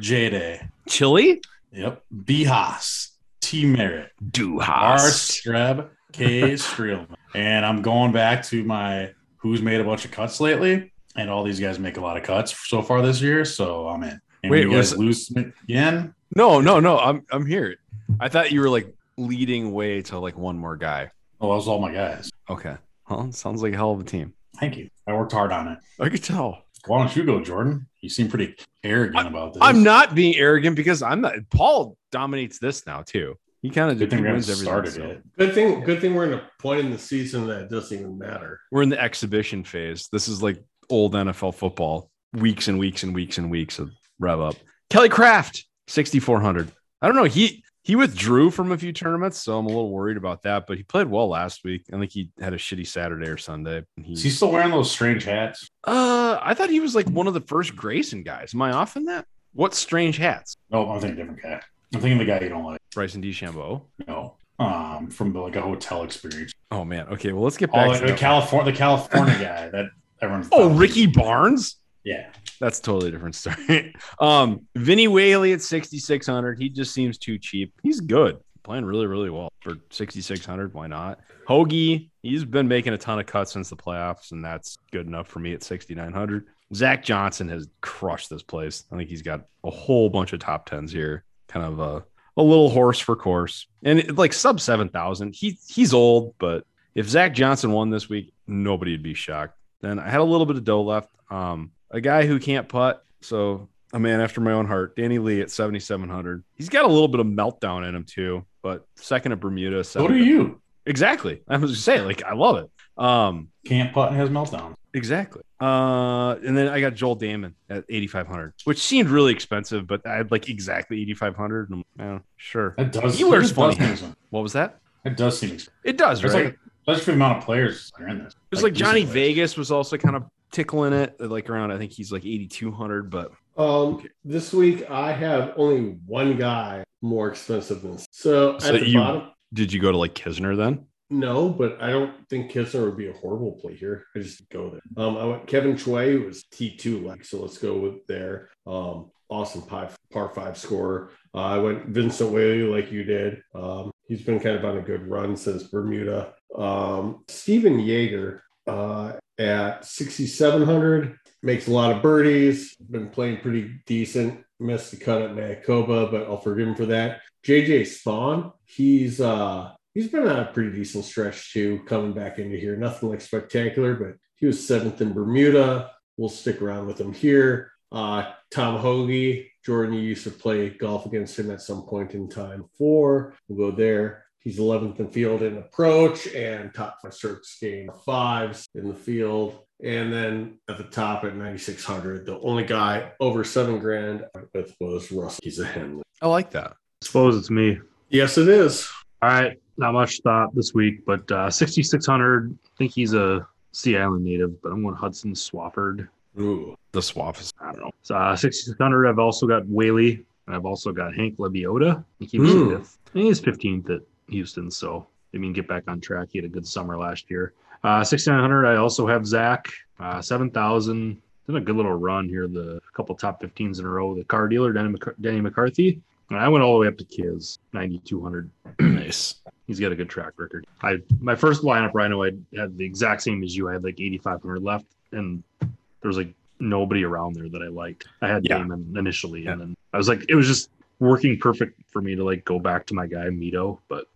[SPEAKER 2] J Day,
[SPEAKER 3] chili.
[SPEAKER 2] yep, B Haas, T Merritt,
[SPEAKER 3] Do
[SPEAKER 2] R
[SPEAKER 3] host.
[SPEAKER 2] Streb, K
[SPEAKER 3] *laughs*
[SPEAKER 2] Streelman, and I'm going back to my who's made a bunch of cuts lately, and all these guys make a lot of cuts so far this year, so I'm in. And
[SPEAKER 3] Wait,
[SPEAKER 2] when you guys
[SPEAKER 3] was-
[SPEAKER 2] lose again?
[SPEAKER 3] No, no, no. I'm I'm here. I thought you were like leading way to like one more guy.
[SPEAKER 2] Oh, that was all my guys.
[SPEAKER 3] Okay. Well, sounds like a hell of a team.
[SPEAKER 2] Thank you. I worked hard on it.
[SPEAKER 3] I could tell.
[SPEAKER 2] Why don't you go, Jordan? You seem pretty arrogant about this.
[SPEAKER 3] I'm not being arrogant because I'm not. Paul dominates this now too. He kind of
[SPEAKER 2] Good
[SPEAKER 3] just
[SPEAKER 2] thing we haven't
[SPEAKER 3] wins everything.
[SPEAKER 2] started
[SPEAKER 3] so.
[SPEAKER 2] it.
[SPEAKER 1] good thing. Good thing we're in a point in the season that it doesn't even matter.
[SPEAKER 3] We're in the exhibition phase. This is like old NFL football. Weeks and weeks and weeks and weeks of rev up. Kelly Kraft, 6400. I don't know. He he withdrew from a few tournaments, so I'm a little worried about that. But he played well last week. I think he had a shitty Saturday or Sunday. and
[SPEAKER 2] Is he still wearing those strange hats?
[SPEAKER 3] Uh, I thought he was like one of the first Grayson guys. Am I off in that? What strange hats?
[SPEAKER 2] No, Oh, I'm thinking different guy. I'm thinking the guy you don't like.
[SPEAKER 3] Bryson DeChambeau.
[SPEAKER 2] No, um, from like a hotel experience.
[SPEAKER 3] Oh man. Okay. Well, let's get back.
[SPEAKER 2] Oh,
[SPEAKER 3] to
[SPEAKER 2] the,
[SPEAKER 3] that one.
[SPEAKER 2] California, the
[SPEAKER 3] *clears throat*
[SPEAKER 2] California guy that everyone's.
[SPEAKER 3] oh, Ricky Barnes.
[SPEAKER 2] Yeah,
[SPEAKER 3] That's totally a different story. *laughs* um, Vinny Whaley at 6,600. He just seems too cheap. He's good. Playing really, really well for 6,600. Why not? Hoagie, he's been making a ton of cuts since the playoffs, and that's good enough for me at 6,900. Zach Johnson has crushed this place. I think he's got a whole bunch of top tens here. Kind of a, a little horse for course. And it, like sub 7,000. He, he's old, but if Zach Johnson won this week, nobody would be shocked. Then I had a little bit of dough left. Um, a guy who can't putt, so a man after my own heart, Danny Lee at 7,700. He's got a little bit of meltdown in him too, but second at Bermuda.
[SPEAKER 2] so
[SPEAKER 3] Seven.
[SPEAKER 2] do you.
[SPEAKER 3] Exactly. I was just saying, like, I love it. Um,
[SPEAKER 2] Can't putt and has meltdowns.
[SPEAKER 3] exactly. Uh, and then I got Joel Damon at 8,500, which seemed really expensive, but I had like exactly 8,500. And I'm, yeah, sure.
[SPEAKER 2] That does.
[SPEAKER 3] He
[SPEAKER 2] that
[SPEAKER 3] wears
[SPEAKER 2] does
[SPEAKER 3] funny
[SPEAKER 2] seem expensive.
[SPEAKER 3] What was that?
[SPEAKER 2] That does seem expensive.
[SPEAKER 3] It does,
[SPEAKER 2] It's
[SPEAKER 3] right?
[SPEAKER 2] like especially for the amount of players that are in this.
[SPEAKER 3] It was like, Johnny
[SPEAKER 2] decent players.
[SPEAKER 3] Vegas was also kind of tickling it, like around, I think he's like 8,200, but
[SPEAKER 1] Um, this week I have only one guy more expensive than so.
[SPEAKER 3] So
[SPEAKER 1] at the
[SPEAKER 3] you-
[SPEAKER 1] bottom,
[SPEAKER 3] did you go to like Kisner then?
[SPEAKER 1] No, but I don't think Kisner would be a horrible play here. I just go there. Um, I went Kevin Chue who was T two like, so let's go with there. Um, awesome pie, par five scorer. Uh, I went Vincent Whaley like you did. Um, he's been kind of on a good run since Bermuda. Um, Stephen Yeager uh, at sixty seven hundred makes a lot of birdies. Been playing pretty decent. Missed the cut at Manitoba, but I'll forgive him for that. JJ Spawn, he's uh he's been on a pretty decent stretch too, coming back into here. Nothing like spectacular, but he was seventh in Bermuda. We'll stick around with him here. Uh Tom Hoagie, Jordan, you used to play golf against him at some point in time. Four, we'll go there. He's 11th in field in approach and top five service game fives in the field. And then at the top at 9,600, the only guy over seven grand I went with was Russell. He's a Henley.
[SPEAKER 3] I like that.
[SPEAKER 4] suppose it's me.
[SPEAKER 1] Yes, it is.
[SPEAKER 4] All right, not much thought this week, but uh, 6,600. I think he's a Sea Island native, but I'm going Hudson Swafford.
[SPEAKER 1] Ooh.
[SPEAKER 3] The swap is
[SPEAKER 4] I don't know. So, uh, 6,600. I've also got Whaley, and I've also got Hank Labiota. I think he was
[SPEAKER 1] Ooh.
[SPEAKER 4] fifth. I think he's 15th at Houston. So, I mean, get back on track. He had a good summer last year. Uh, 6,900, I also have Zach. Uh, 7,000. Did a good little run here, the couple top 15s in a row. The car dealer, Danny, Mc- Danny McCarthy. And I went all the way up to Kiz, 9,200.
[SPEAKER 3] nice.
[SPEAKER 4] He's got a good track record. I My first lineup, Rhino, I had the exact same as you. I had like 8,500 left, and there was like nobody around there that I liked. I had
[SPEAKER 3] Yeah.
[SPEAKER 4] Damon initially,
[SPEAKER 3] Yeah.
[SPEAKER 4] and then I was like, it was just working perfect for me to like go back to my guy, Mito, but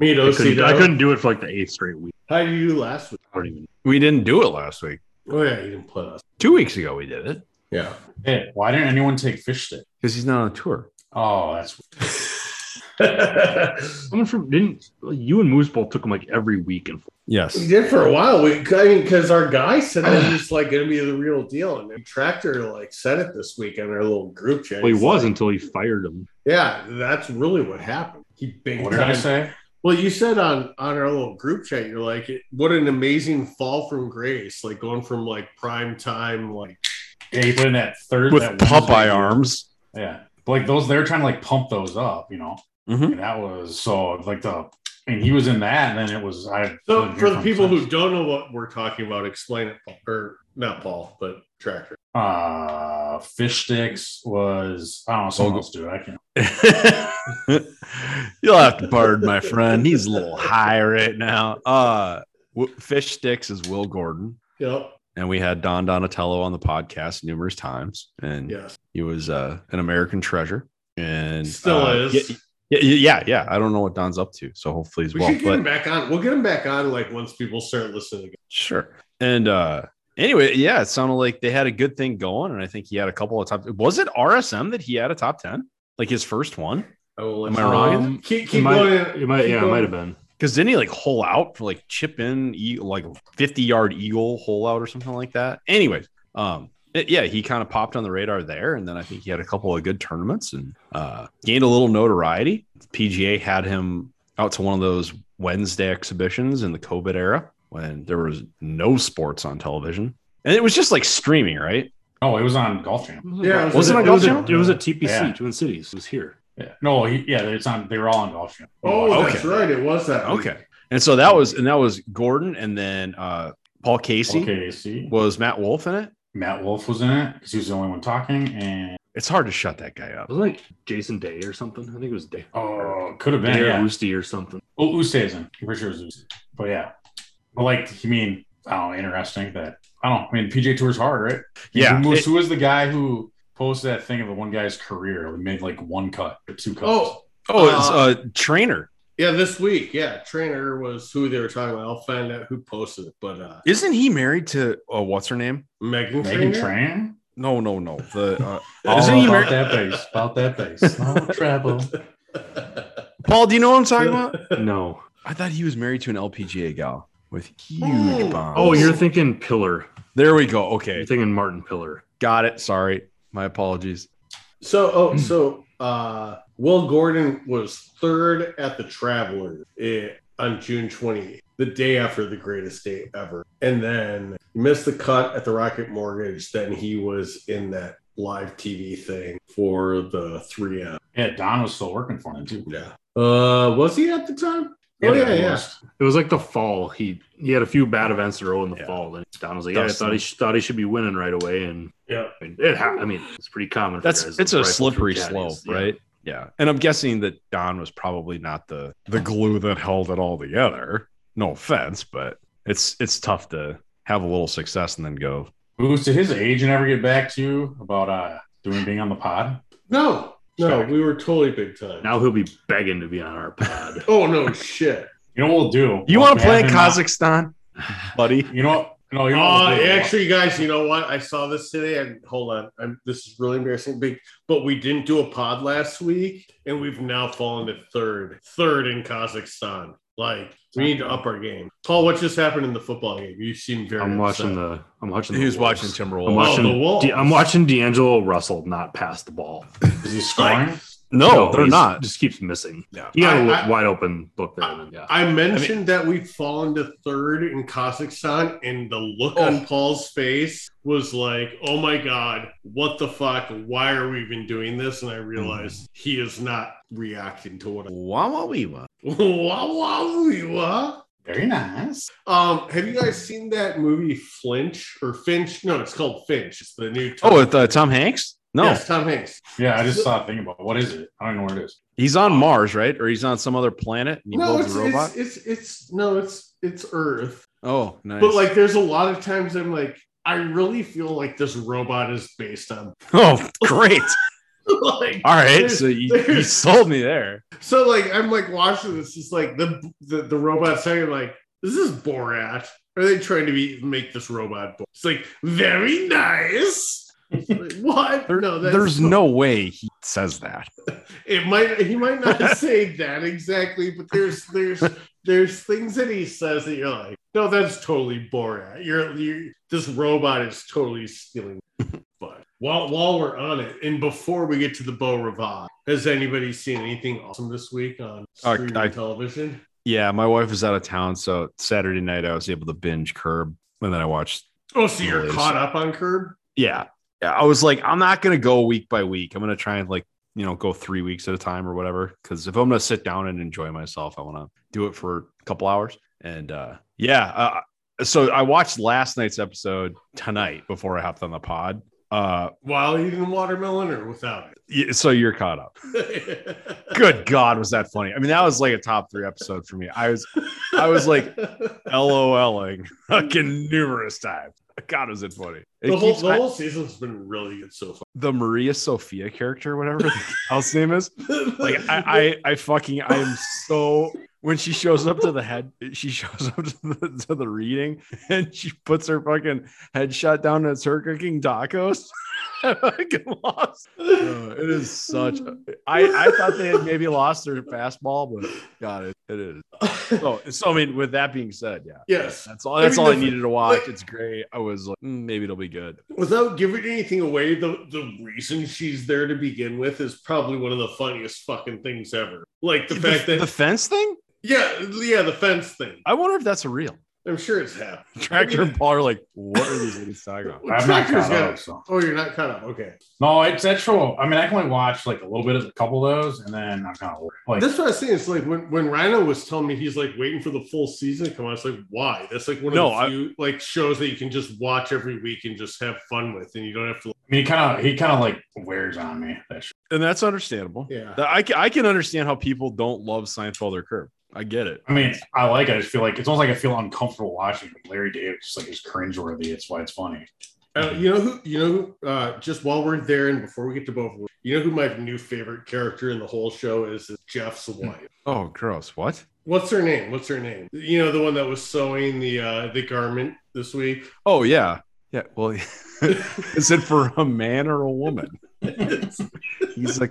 [SPEAKER 1] Me,
[SPEAKER 4] I
[SPEAKER 1] those
[SPEAKER 4] couldn't, I couldn't do it for like the eighth straight week.
[SPEAKER 1] How do you last week?
[SPEAKER 4] I don't even.
[SPEAKER 3] we didn't do it last week.
[SPEAKER 1] Oh yeah, you didn't play us.
[SPEAKER 3] Two weeks ago we did it
[SPEAKER 1] Yeah.
[SPEAKER 2] Hey, why didn't anyone take fish stick?
[SPEAKER 3] because he's not on tour.
[SPEAKER 2] Oh, that's
[SPEAKER 4] Someone from didn't you and Moose both took them like every week
[SPEAKER 1] *laughs*
[SPEAKER 4] and
[SPEAKER 1] we
[SPEAKER 3] Yes.
[SPEAKER 1] did for a while. We, I mean, because our guy said it was just like going to be the real deal, and then Tractor like said it this week on our little group chat.
[SPEAKER 4] well, he
[SPEAKER 1] He's
[SPEAKER 4] was
[SPEAKER 1] like,
[SPEAKER 4] until he fired him.
[SPEAKER 1] yeah, that's really what happened. He big
[SPEAKER 2] what did I
[SPEAKER 1] time-
[SPEAKER 2] say?
[SPEAKER 1] Well, you said on on our little group chat, you're like, what an amazing fall from grace, like going from like prime time, like
[SPEAKER 2] Yeah, he put in that third
[SPEAKER 3] With
[SPEAKER 2] that Wednesday-
[SPEAKER 3] Popeye arms.
[SPEAKER 2] Yeah, But, like those, they're trying to like pump those up, you know.
[SPEAKER 3] Mhm.
[SPEAKER 2] And that was so like the, and he was in that, and then it was I.
[SPEAKER 1] So, for the people who don't know what we're talking about, explain it, Paul- or not Paul, but Tractor.
[SPEAKER 2] uh fish sticks was I don't know someone else do it. I can't.
[SPEAKER 3] *laughs* You'll have to pardon my friend. He's a little high right now. Uh, w- fish sticks is Will Gordon,
[SPEAKER 1] Yep.
[SPEAKER 3] and we had Don Donatello on the podcast numerous times, and
[SPEAKER 1] Yes.
[SPEAKER 3] he was uh, an American treasure, and
[SPEAKER 1] Still
[SPEAKER 3] uh,
[SPEAKER 1] is.
[SPEAKER 3] y- y- y- Yeah, yeah, I don't know what Don's up to, so hopefully as
[SPEAKER 1] we
[SPEAKER 3] well.
[SPEAKER 1] should get
[SPEAKER 3] But
[SPEAKER 1] him back on. We'll get him back on like once people start listening again.
[SPEAKER 3] Sure. And uh anyway, yeah, it sounded like they had a good thing going. And I think he had a couple of top. Was it RSM that he had a top 10? Like his first one?
[SPEAKER 1] I will
[SPEAKER 3] Am I wrong?
[SPEAKER 1] Keep,
[SPEAKER 4] it
[SPEAKER 1] keep
[SPEAKER 4] might,
[SPEAKER 1] going.
[SPEAKER 4] it might,
[SPEAKER 1] keep
[SPEAKER 4] yeah, it
[SPEAKER 1] going.
[SPEAKER 4] might have been.
[SPEAKER 3] Because didn't he like hole out for like chip in e- like 50 yard eagle hole out or something like that? Anyways, um it- yeah, he kind of popped on the radar there, and then I think he had a couple of good tournaments and uh, gained a little notoriety. PGA had him out to one of those Wednesday exhibitions in the COVID era when there was no sports on television, and it was just like streaming, right?
[SPEAKER 2] Oh, it was on Golf Channel.
[SPEAKER 1] Yeah,
[SPEAKER 4] it
[SPEAKER 1] was
[SPEAKER 3] it on
[SPEAKER 4] it,
[SPEAKER 3] Golf
[SPEAKER 4] was a,
[SPEAKER 3] Channel?
[SPEAKER 4] it was at TPC,
[SPEAKER 2] Yeah.
[SPEAKER 4] Twin Cities. It was here.
[SPEAKER 2] Yeah. No, he, yeah, it's on. They were all on Golf Channel.
[SPEAKER 1] Oh,
[SPEAKER 3] Okay.
[SPEAKER 1] that's right. It was that. week.
[SPEAKER 3] Okay. And so that was and that was Gordon and then uh Paul Casey
[SPEAKER 2] okay. See,
[SPEAKER 3] was Matt Wolf in it.
[SPEAKER 2] Matt Wolf was in it because he was the only one talking, and
[SPEAKER 3] It's hard to shut that guy up.
[SPEAKER 4] Wasn't it like Jason Day or something? I think it was Day.
[SPEAKER 2] oh, could have been
[SPEAKER 4] Day or
[SPEAKER 2] yeah.
[SPEAKER 4] Oosty or something.
[SPEAKER 2] Oh, Uste is in. I'm pretty sure it was Uste. But yeah, but like you mean, I don't know. Interesting that I don't. I mean, PJ Tour's hard, right?
[SPEAKER 3] Yeah.
[SPEAKER 2] Who,
[SPEAKER 3] It-
[SPEAKER 2] who was the guy who posted that thing of the one guy's career? He made like one cut or two cuts.
[SPEAKER 1] Oh,
[SPEAKER 3] oh, it's uh trainer.
[SPEAKER 1] yeah. This week. Yeah. Trainer was who they were talking about. I'll find out who posted it. But uh
[SPEAKER 3] Isn't he married to uh, what's her name?
[SPEAKER 1] Megan,
[SPEAKER 2] Megan
[SPEAKER 1] Trainor?
[SPEAKER 2] Train.
[SPEAKER 3] No, no, no. The *laughs* uh,
[SPEAKER 2] Oh,
[SPEAKER 3] Isn't he
[SPEAKER 2] about
[SPEAKER 3] married?
[SPEAKER 2] that base? About that
[SPEAKER 3] *laughs*
[SPEAKER 2] base. No travel.
[SPEAKER 1] *laughs*
[SPEAKER 3] Paul, do you know what I'm *laughs* talking about?
[SPEAKER 4] No.
[SPEAKER 3] I thought he was married to an LPGA gal with huge
[SPEAKER 1] Oh.
[SPEAKER 3] bombs.
[SPEAKER 4] Oh, you're thinking Pillar.
[SPEAKER 3] there we go.
[SPEAKER 4] You're
[SPEAKER 3] Okay,
[SPEAKER 4] thinking Martin Pillar.
[SPEAKER 3] got it. Sorry, my apologies.
[SPEAKER 1] So, oh, so uh, Will Gordon was third at the Traveler eh, on June 28th, the day after the greatest day ever. And then he missed the cut at the Rocket Mortgage. Then he was in that live TV thing for the 3M.
[SPEAKER 2] Yeah, Don was still working for him too.
[SPEAKER 1] Yeah. Uh, was he at the time? Oh, yeah, yeah.
[SPEAKER 4] It was like the fall. He he had a few bad events in a row in the
[SPEAKER 3] Yeah.
[SPEAKER 4] fall. Then Don was like, yeah, I
[SPEAKER 3] Dustin.
[SPEAKER 4] thought he sh- thought he should be winning right away, and
[SPEAKER 1] Yeah.
[SPEAKER 4] I mean, it ha- I mean, it's pretty common. for
[SPEAKER 3] That's
[SPEAKER 4] guys to
[SPEAKER 3] it's a
[SPEAKER 4] rifle through
[SPEAKER 3] slippery
[SPEAKER 4] caddies.
[SPEAKER 3] slope,
[SPEAKER 4] Yeah.
[SPEAKER 3] right? Yeah, and I'm guessing that Don was probably not the the glue that held it all together. No offense, but it's it's tough to have a little success and then go.
[SPEAKER 2] Who's to his age and ever get back to you about uh doing being on the pod?
[SPEAKER 1] No, no,
[SPEAKER 2] Sorry.
[SPEAKER 1] we were totally big time.
[SPEAKER 4] Now he'll be begging to be on our pod.
[SPEAKER 1] Oh, no, shit.
[SPEAKER 2] You know what we'll do?
[SPEAKER 3] You
[SPEAKER 2] We'll
[SPEAKER 3] want to play in
[SPEAKER 2] have him on-
[SPEAKER 3] Kazakhstan, buddy?
[SPEAKER 2] You know what? No, you know what
[SPEAKER 1] Uh,
[SPEAKER 2] we'll do?
[SPEAKER 1] actually, guys, you know what? I saw this today, and hold on, I'm, this is really embarrassing. But, but we didn't do a pod last week, and we've now fallen to third, third in Kazakhstan. Like, we need to up our game. Paul, what just happened in the football game? You seem very.
[SPEAKER 4] I'm watching
[SPEAKER 1] upset.
[SPEAKER 4] the. I'm watching.
[SPEAKER 3] He was
[SPEAKER 4] the
[SPEAKER 3] watching
[SPEAKER 4] Wolves. I'm
[SPEAKER 3] Timberwolves.
[SPEAKER 1] watch-
[SPEAKER 4] watching.
[SPEAKER 1] Oh, the Wolves.
[SPEAKER 4] D- I'm watching D'Angelo Russell not pass the ball.
[SPEAKER 2] is he scoring?
[SPEAKER 3] No, they're
[SPEAKER 4] he's-
[SPEAKER 3] not.
[SPEAKER 4] Just keeps missing.
[SPEAKER 3] Yeah.
[SPEAKER 4] He got a
[SPEAKER 1] I-
[SPEAKER 4] lo-
[SPEAKER 1] I-
[SPEAKER 4] wide open look there. and then, yeah.
[SPEAKER 1] I mentioned that we've fallen to third in Kazakhstan, and the look on Paul's face was like, "Oh my god, what the fuck? Why are we even doing this?" And I realized he is not reacting to what I
[SPEAKER 3] Wawa Weewa.
[SPEAKER 1] Wah, wah, wee, wah.
[SPEAKER 2] Very nice.
[SPEAKER 1] Um, have you guys seen that movie Flinch or Finch? No, it's called Finch. It's the new.
[SPEAKER 3] Oh, with uh, Tom Hanks? No,
[SPEAKER 1] Yes, Tom Hanks.
[SPEAKER 2] Yeah, I just saw a thing about what is it? I don't know where it is.
[SPEAKER 3] he's on Mars, right? Or he's on some other planet and he
[SPEAKER 1] No,
[SPEAKER 3] builds
[SPEAKER 1] it's,
[SPEAKER 3] a robot.
[SPEAKER 1] it's it's it's no, it's it's Earth.
[SPEAKER 3] oh, nice.
[SPEAKER 1] But like, there's a lot of times I'm like, I really feel like this robot is based on.
[SPEAKER 3] *laughs*
[SPEAKER 1] *laughs*
[SPEAKER 3] oh, great.
[SPEAKER 1] like,
[SPEAKER 3] All right,
[SPEAKER 1] There's-
[SPEAKER 3] so you,
[SPEAKER 1] there's-
[SPEAKER 3] you sold
[SPEAKER 1] *laughs*
[SPEAKER 3] me there.
[SPEAKER 1] so like, I'm like watching this. It's like the the, the robot saying like, "This is Borat." Are they trying to be make this robot? Bo-? It's like very nice. It's like, *laughs* what?
[SPEAKER 3] There-
[SPEAKER 1] no, Oh, that's
[SPEAKER 3] There's no way he says that.
[SPEAKER 1] It might he might
[SPEAKER 3] *laughs*
[SPEAKER 1] not say that exactly, but there's there's there's things that he says that you're like, no, that's totally Borat. You're you this robot is totally
[SPEAKER 3] *laughs*
[SPEAKER 1] stealing. But while while we're on it, and before we get to the Beau Rivage, has anybody seen anything awesome this week on
[SPEAKER 3] Uh,
[SPEAKER 1] streaming
[SPEAKER 3] I-
[SPEAKER 1] television?
[SPEAKER 3] Yeah, my wife was out of town, so Saturday night I was able to binge Curb, and then I watched.
[SPEAKER 1] Oh, so you're
[SPEAKER 3] Nice.
[SPEAKER 1] caught up on Curb?
[SPEAKER 3] Yeah, yeah. I was like, I'm not gonna go week by week. I'm gonna try and like you know go three weeks at a time or whatever. Because if I'm gonna sit down and enjoy myself, I want to do it for a couple hours. And uh, yeah, uh, so I watched last night's episode tonight before I hopped on the pod. Uh,
[SPEAKER 1] While eating watermelon or without
[SPEAKER 3] y- so you're caught up.
[SPEAKER 1] it?
[SPEAKER 3] Good God, was that funny? I mean, that was like a top three episode for me. I was I
[SPEAKER 1] *laughs*
[SPEAKER 3] was like, LOLing *laughs* fucking numerous times. God, was it funny? It
[SPEAKER 1] the whole,
[SPEAKER 3] keeps-
[SPEAKER 1] the whole season's been really good so far.
[SPEAKER 3] the Maria Sophia character, whatever the hell's name is. Like *laughs* I, I, I fucking I am so when she shows up to the head, she shows up to the, to the reading and she puts her fucking headshot down and it's her cooking tacos. *laughs* I fucking lost.
[SPEAKER 1] *laughs*
[SPEAKER 3] Oh, it is such. A,
[SPEAKER 2] Mm.
[SPEAKER 3] *laughs* I, I thought they had maybe lost their fastball, but God, it, it is. So, so I mean, with that being said, yeah,
[SPEAKER 1] yes.
[SPEAKER 3] that's all. That's
[SPEAKER 1] mean,
[SPEAKER 3] all I
[SPEAKER 1] the-
[SPEAKER 3] needed to watch.
[SPEAKER 1] like-
[SPEAKER 3] it's great. I was like, "Mm, maybe it'll be good.
[SPEAKER 1] Without giving anything away, the, the reason she's there to begin with is probably one of the funniest fucking things ever. Like the, fact that
[SPEAKER 3] the fence thing.
[SPEAKER 1] yeah, yeah, the fence thing.
[SPEAKER 3] I wonder if that's a real
[SPEAKER 1] I'm sure it's happened.
[SPEAKER 3] tractor and Paul are like, what are these idiots talking about?
[SPEAKER 2] I'm not
[SPEAKER 1] Tractor's
[SPEAKER 2] caught
[SPEAKER 1] got-
[SPEAKER 2] up, so.
[SPEAKER 1] Oh, you're not caught up. Okay,
[SPEAKER 2] No, it's that show. I mean, I can only watch like a little bit of a couple of those, and then I'm kind of like,
[SPEAKER 1] that's what I was saying. It's like when, when Rhino was telling me he's like waiting for the full season to come out. It's like why? That's like one of
[SPEAKER 3] No,
[SPEAKER 1] the
[SPEAKER 3] I-
[SPEAKER 1] few like shows that you can just watch every week and just have fun with, and you don't have to.
[SPEAKER 2] I mean, he kind of he kind of like wears on me. That show.
[SPEAKER 3] And that's understandable.
[SPEAKER 1] Yeah.
[SPEAKER 3] That- I, ca- I can understand how people don't love Seinfeld or Curb. I get it.
[SPEAKER 2] I mean, I like it. I just feel like it's almost like I feel uncomfortable watching it. Larry David. Just like is cringeworthy. It's why it's funny.
[SPEAKER 1] Uh, you know who? You know who? Uh, just while we're there, and before we get to both, you know who my new favorite character in the whole show is? is Jeff's wife.
[SPEAKER 3] Oh, gross. What?
[SPEAKER 1] What's her name? What's her name? You know the one that was sewing the uh, the garment this week. *laughs*
[SPEAKER 3] Oh, yeah. Yeah. Well, *laughs* is it for a man or a woman?
[SPEAKER 1] She's
[SPEAKER 3] He's a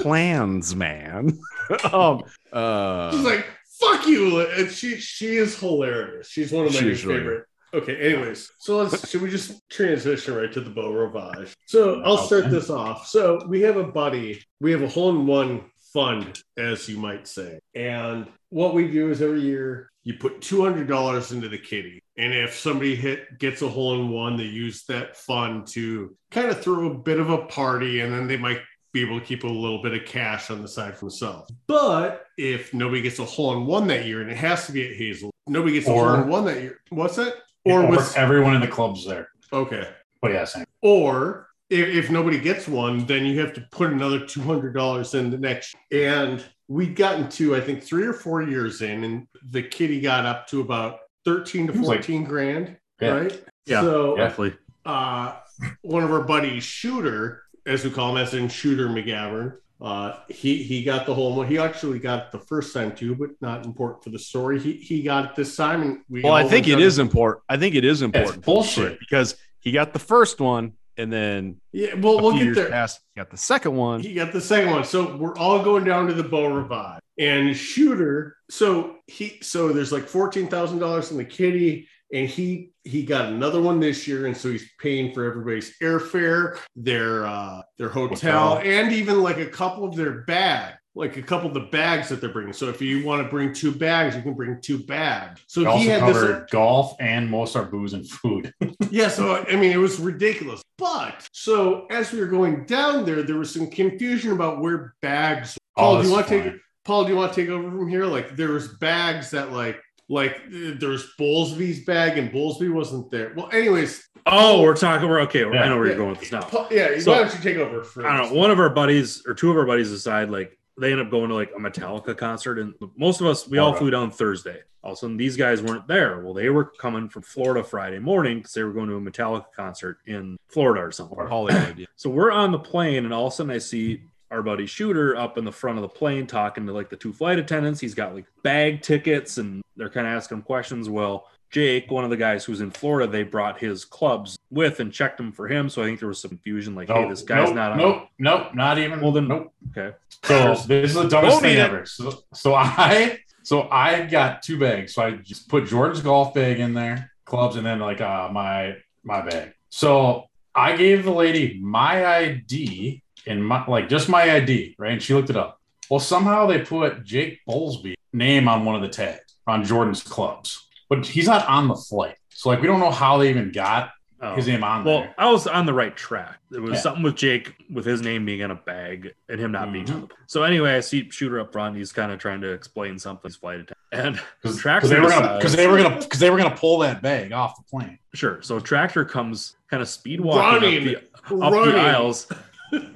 [SPEAKER 3] clans man. *laughs* um, uh,
[SPEAKER 1] like, "Fuck you!" And she she is hilarious. She's one of my
[SPEAKER 3] She
[SPEAKER 1] new
[SPEAKER 3] is really-
[SPEAKER 1] favorite. Okay. Anyways, so let's should we just transition right to the Beau Ravage? So I'll start this off. So we have a buddy. We have a hole in one fund, as you might say, and what we do is every year you put two hundred dollars into the kitty, and if somebody hit gets a hole in one, they use that fund to kind of throw a bit of a party, and then they might be able to keep a little bit of cash on the side for themselves. But if nobody gets a hole in one that year, and it has to be at Hazel, nobody gets a
[SPEAKER 2] Or-
[SPEAKER 1] hole in one that year. What's it?
[SPEAKER 2] Or
[SPEAKER 1] Or
[SPEAKER 2] with
[SPEAKER 1] with
[SPEAKER 2] everyone in the club's there.
[SPEAKER 1] okay.
[SPEAKER 2] But yeah, same.
[SPEAKER 1] Or if, if nobody gets one, then you have to put another two hundred dollars in the next. And we'd gotten to I think three or four years in, and the kitty got up to about thirteen to
[SPEAKER 2] It was like-
[SPEAKER 1] fourteen grand,
[SPEAKER 2] Yeah.
[SPEAKER 1] right?
[SPEAKER 4] Yeah.
[SPEAKER 1] So
[SPEAKER 4] Roughly.
[SPEAKER 1] uh, one of our buddies, Shooter, as we call him, as in Shooter McGavern. Uh, he he got the whole one. He actually got it the first time too, but not important for the story. He he got it this time, and we.
[SPEAKER 3] well, I
[SPEAKER 1] all
[SPEAKER 3] think
[SPEAKER 1] went down-
[SPEAKER 3] it is important. I think it is
[SPEAKER 2] Yeah, it's
[SPEAKER 3] important
[SPEAKER 2] bullshit.
[SPEAKER 3] because he got the first one and then
[SPEAKER 1] Yeah,
[SPEAKER 3] a
[SPEAKER 1] well, we'll
[SPEAKER 3] few
[SPEAKER 1] get
[SPEAKER 3] years
[SPEAKER 1] there.
[SPEAKER 3] past, he got the second one.
[SPEAKER 1] He got the second one. So we're all going down to the Beau Revive and Shooter. So he so there's like fourteen thousand dollars in the kitty, and he he got another one this year, and so he's paying for everybody's airfare, their uh their hotel,
[SPEAKER 2] Hotel.
[SPEAKER 1] and even like a couple of their bag. Like a couple of the bags that they're bringing. So if you want to bring two bags, you can bring two bags.
[SPEAKER 2] It
[SPEAKER 1] So he
[SPEAKER 2] also
[SPEAKER 1] had this
[SPEAKER 2] covered golf and most are booze and food.
[SPEAKER 1] yeah, so I mean, it was ridiculous. But so as we were going down there, there was some confusion about where bags.
[SPEAKER 2] All
[SPEAKER 1] Paul, do
[SPEAKER 4] Oh,
[SPEAKER 2] this
[SPEAKER 1] you want
[SPEAKER 2] is
[SPEAKER 1] to
[SPEAKER 2] fine.
[SPEAKER 1] take? Paul, do you want to take over from here? Like there was bags that like Like there's Bullsby's bag and Bullsby wasn't there. Well, anyways,
[SPEAKER 4] Oh, we're talking. We're okay. I know where
[SPEAKER 1] Yeah.
[SPEAKER 4] you're going with this now.
[SPEAKER 1] pu- yeah,
[SPEAKER 4] So-
[SPEAKER 1] why don't you take over first?
[SPEAKER 4] I don't know. One of our buddies or two of our buddies decide like they end up going to like a Metallica concert, and most of us we all
[SPEAKER 2] Alright.
[SPEAKER 4] flew down Thursday. All of a sudden, these guys weren't there. Well, they were coming from Florida Friday morning because they were going to a Metallica concert in Florida or somewhere.
[SPEAKER 3] Hollywood. yeah.
[SPEAKER 4] So we're on the plane, and all of a sudden I see our buddy Shooter up in the front of the plane talking to like the two flight attendants. He's got like bag tickets, and they're kind of asking him questions. Well, Jake, one of the guys who's in Florida, they brought his clubs with and checked them for him. So I think there was some confusion, like, hey, this guy's
[SPEAKER 2] Oh, nope,
[SPEAKER 4] not on.
[SPEAKER 2] Nope, nope, not even.
[SPEAKER 4] Well, then-
[SPEAKER 2] nope.
[SPEAKER 4] Okay.
[SPEAKER 2] So this is the dumbest
[SPEAKER 3] Won't
[SPEAKER 2] thing
[SPEAKER 3] need it.
[SPEAKER 2] ever. So, so I, so I got two bags. So I just put Jordan's golf bag in there, clubs, and then like uh, my my bag. So I gave the lady my ID and my like just my ID, right? And she looked it up. Well, somehow they put Jake Bowlesby name on one of the tags on Jordan's clubs, but he's not on the flight. So like we don't know how they even got
[SPEAKER 4] Oh.
[SPEAKER 2] his name on
[SPEAKER 4] Well,
[SPEAKER 2] there.
[SPEAKER 4] I was on the right track. It was
[SPEAKER 2] Yeah.
[SPEAKER 4] something with Jake with his name being in a bag and him not being
[SPEAKER 2] Mhm.
[SPEAKER 4] on the So anyway, I see Shooter up front. He's kind of trying to explain something. He's
[SPEAKER 2] *laughs*
[SPEAKER 4] flight attendant. And
[SPEAKER 2] because
[SPEAKER 4] Tractor
[SPEAKER 2] they were gonna
[SPEAKER 4] decides-
[SPEAKER 2] because they were gonna because they were gonna pull that bag off the plane.
[SPEAKER 4] sure. So Tractor comes kind of speed walking up
[SPEAKER 1] Running.
[SPEAKER 4] the, up the aisles.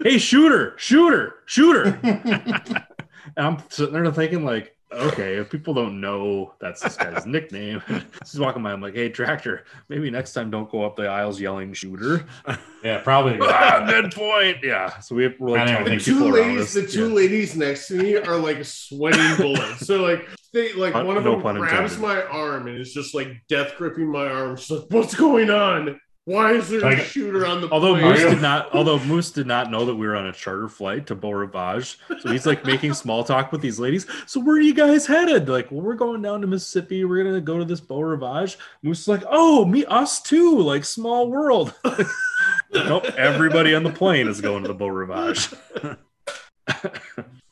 [SPEAKER 4] hey, shooter, shooter,
[SPEAKER 2] *laughs*
[SPEAKER 4] shooter. *laughs* and I'm sitting there thinking, like, okay, if people don't know that's this guy's *laughs* nickname, he's walking by. I'm like, hey, tractor, maybe next time don't go up the aisles yelling shooter.
[SPEAKER 2] Yeah, *laughs* probably.
[SPEAKER 4] ah, *laughs* good point. Yeah. So we have we're like
[SPEAKER 2] I know.
[SPEAKER 1] The
[SPEAKER 4] telling
[SPEAKER 2] think
[SPEAKER 1] two
[SPEAKER 4] people around
[SPEAKER 1] ladies,
[SPEAKER 4] us.
[SPEAKER 1] the two ladies next to me are like sweating bullets. So like they like
[SPEAKER 4] Uh,
[SPEAKER 1] one of
[SPEAKER 4] no
[SPEAKER 1] them
[SPEAKER 4] pun
[SPEAKER 1] grabs
[SPEAKER 4] intended.
[SPEAKER 1] my arm and is just like death gripping my arm. She's like, "What's going on? Why is there
[SPEAKER 2] Like-
[SPEAKER 1] a shooter on the
[SPEAKER 4] Although
[SPEAKER 1] plane?"
[SPEAKER 4] Moose
[SPEAKER 2] you-
[SPEAKER 4] did not, although Moose did not know that we were on a charter flight to Beau Rivage, so he's like *laughs* making small talk with these ladies. So where are you guys headed? Like, well, we're going down to Mississippi. We're gonna go to this Beau Rivage. Moose is like, oh, me, us too. Like small world. *laughs* nope. Everybody on the plane is going to the
[SPEAKER 1] *laughs*
[SPEAKER 4] Beau Rivage.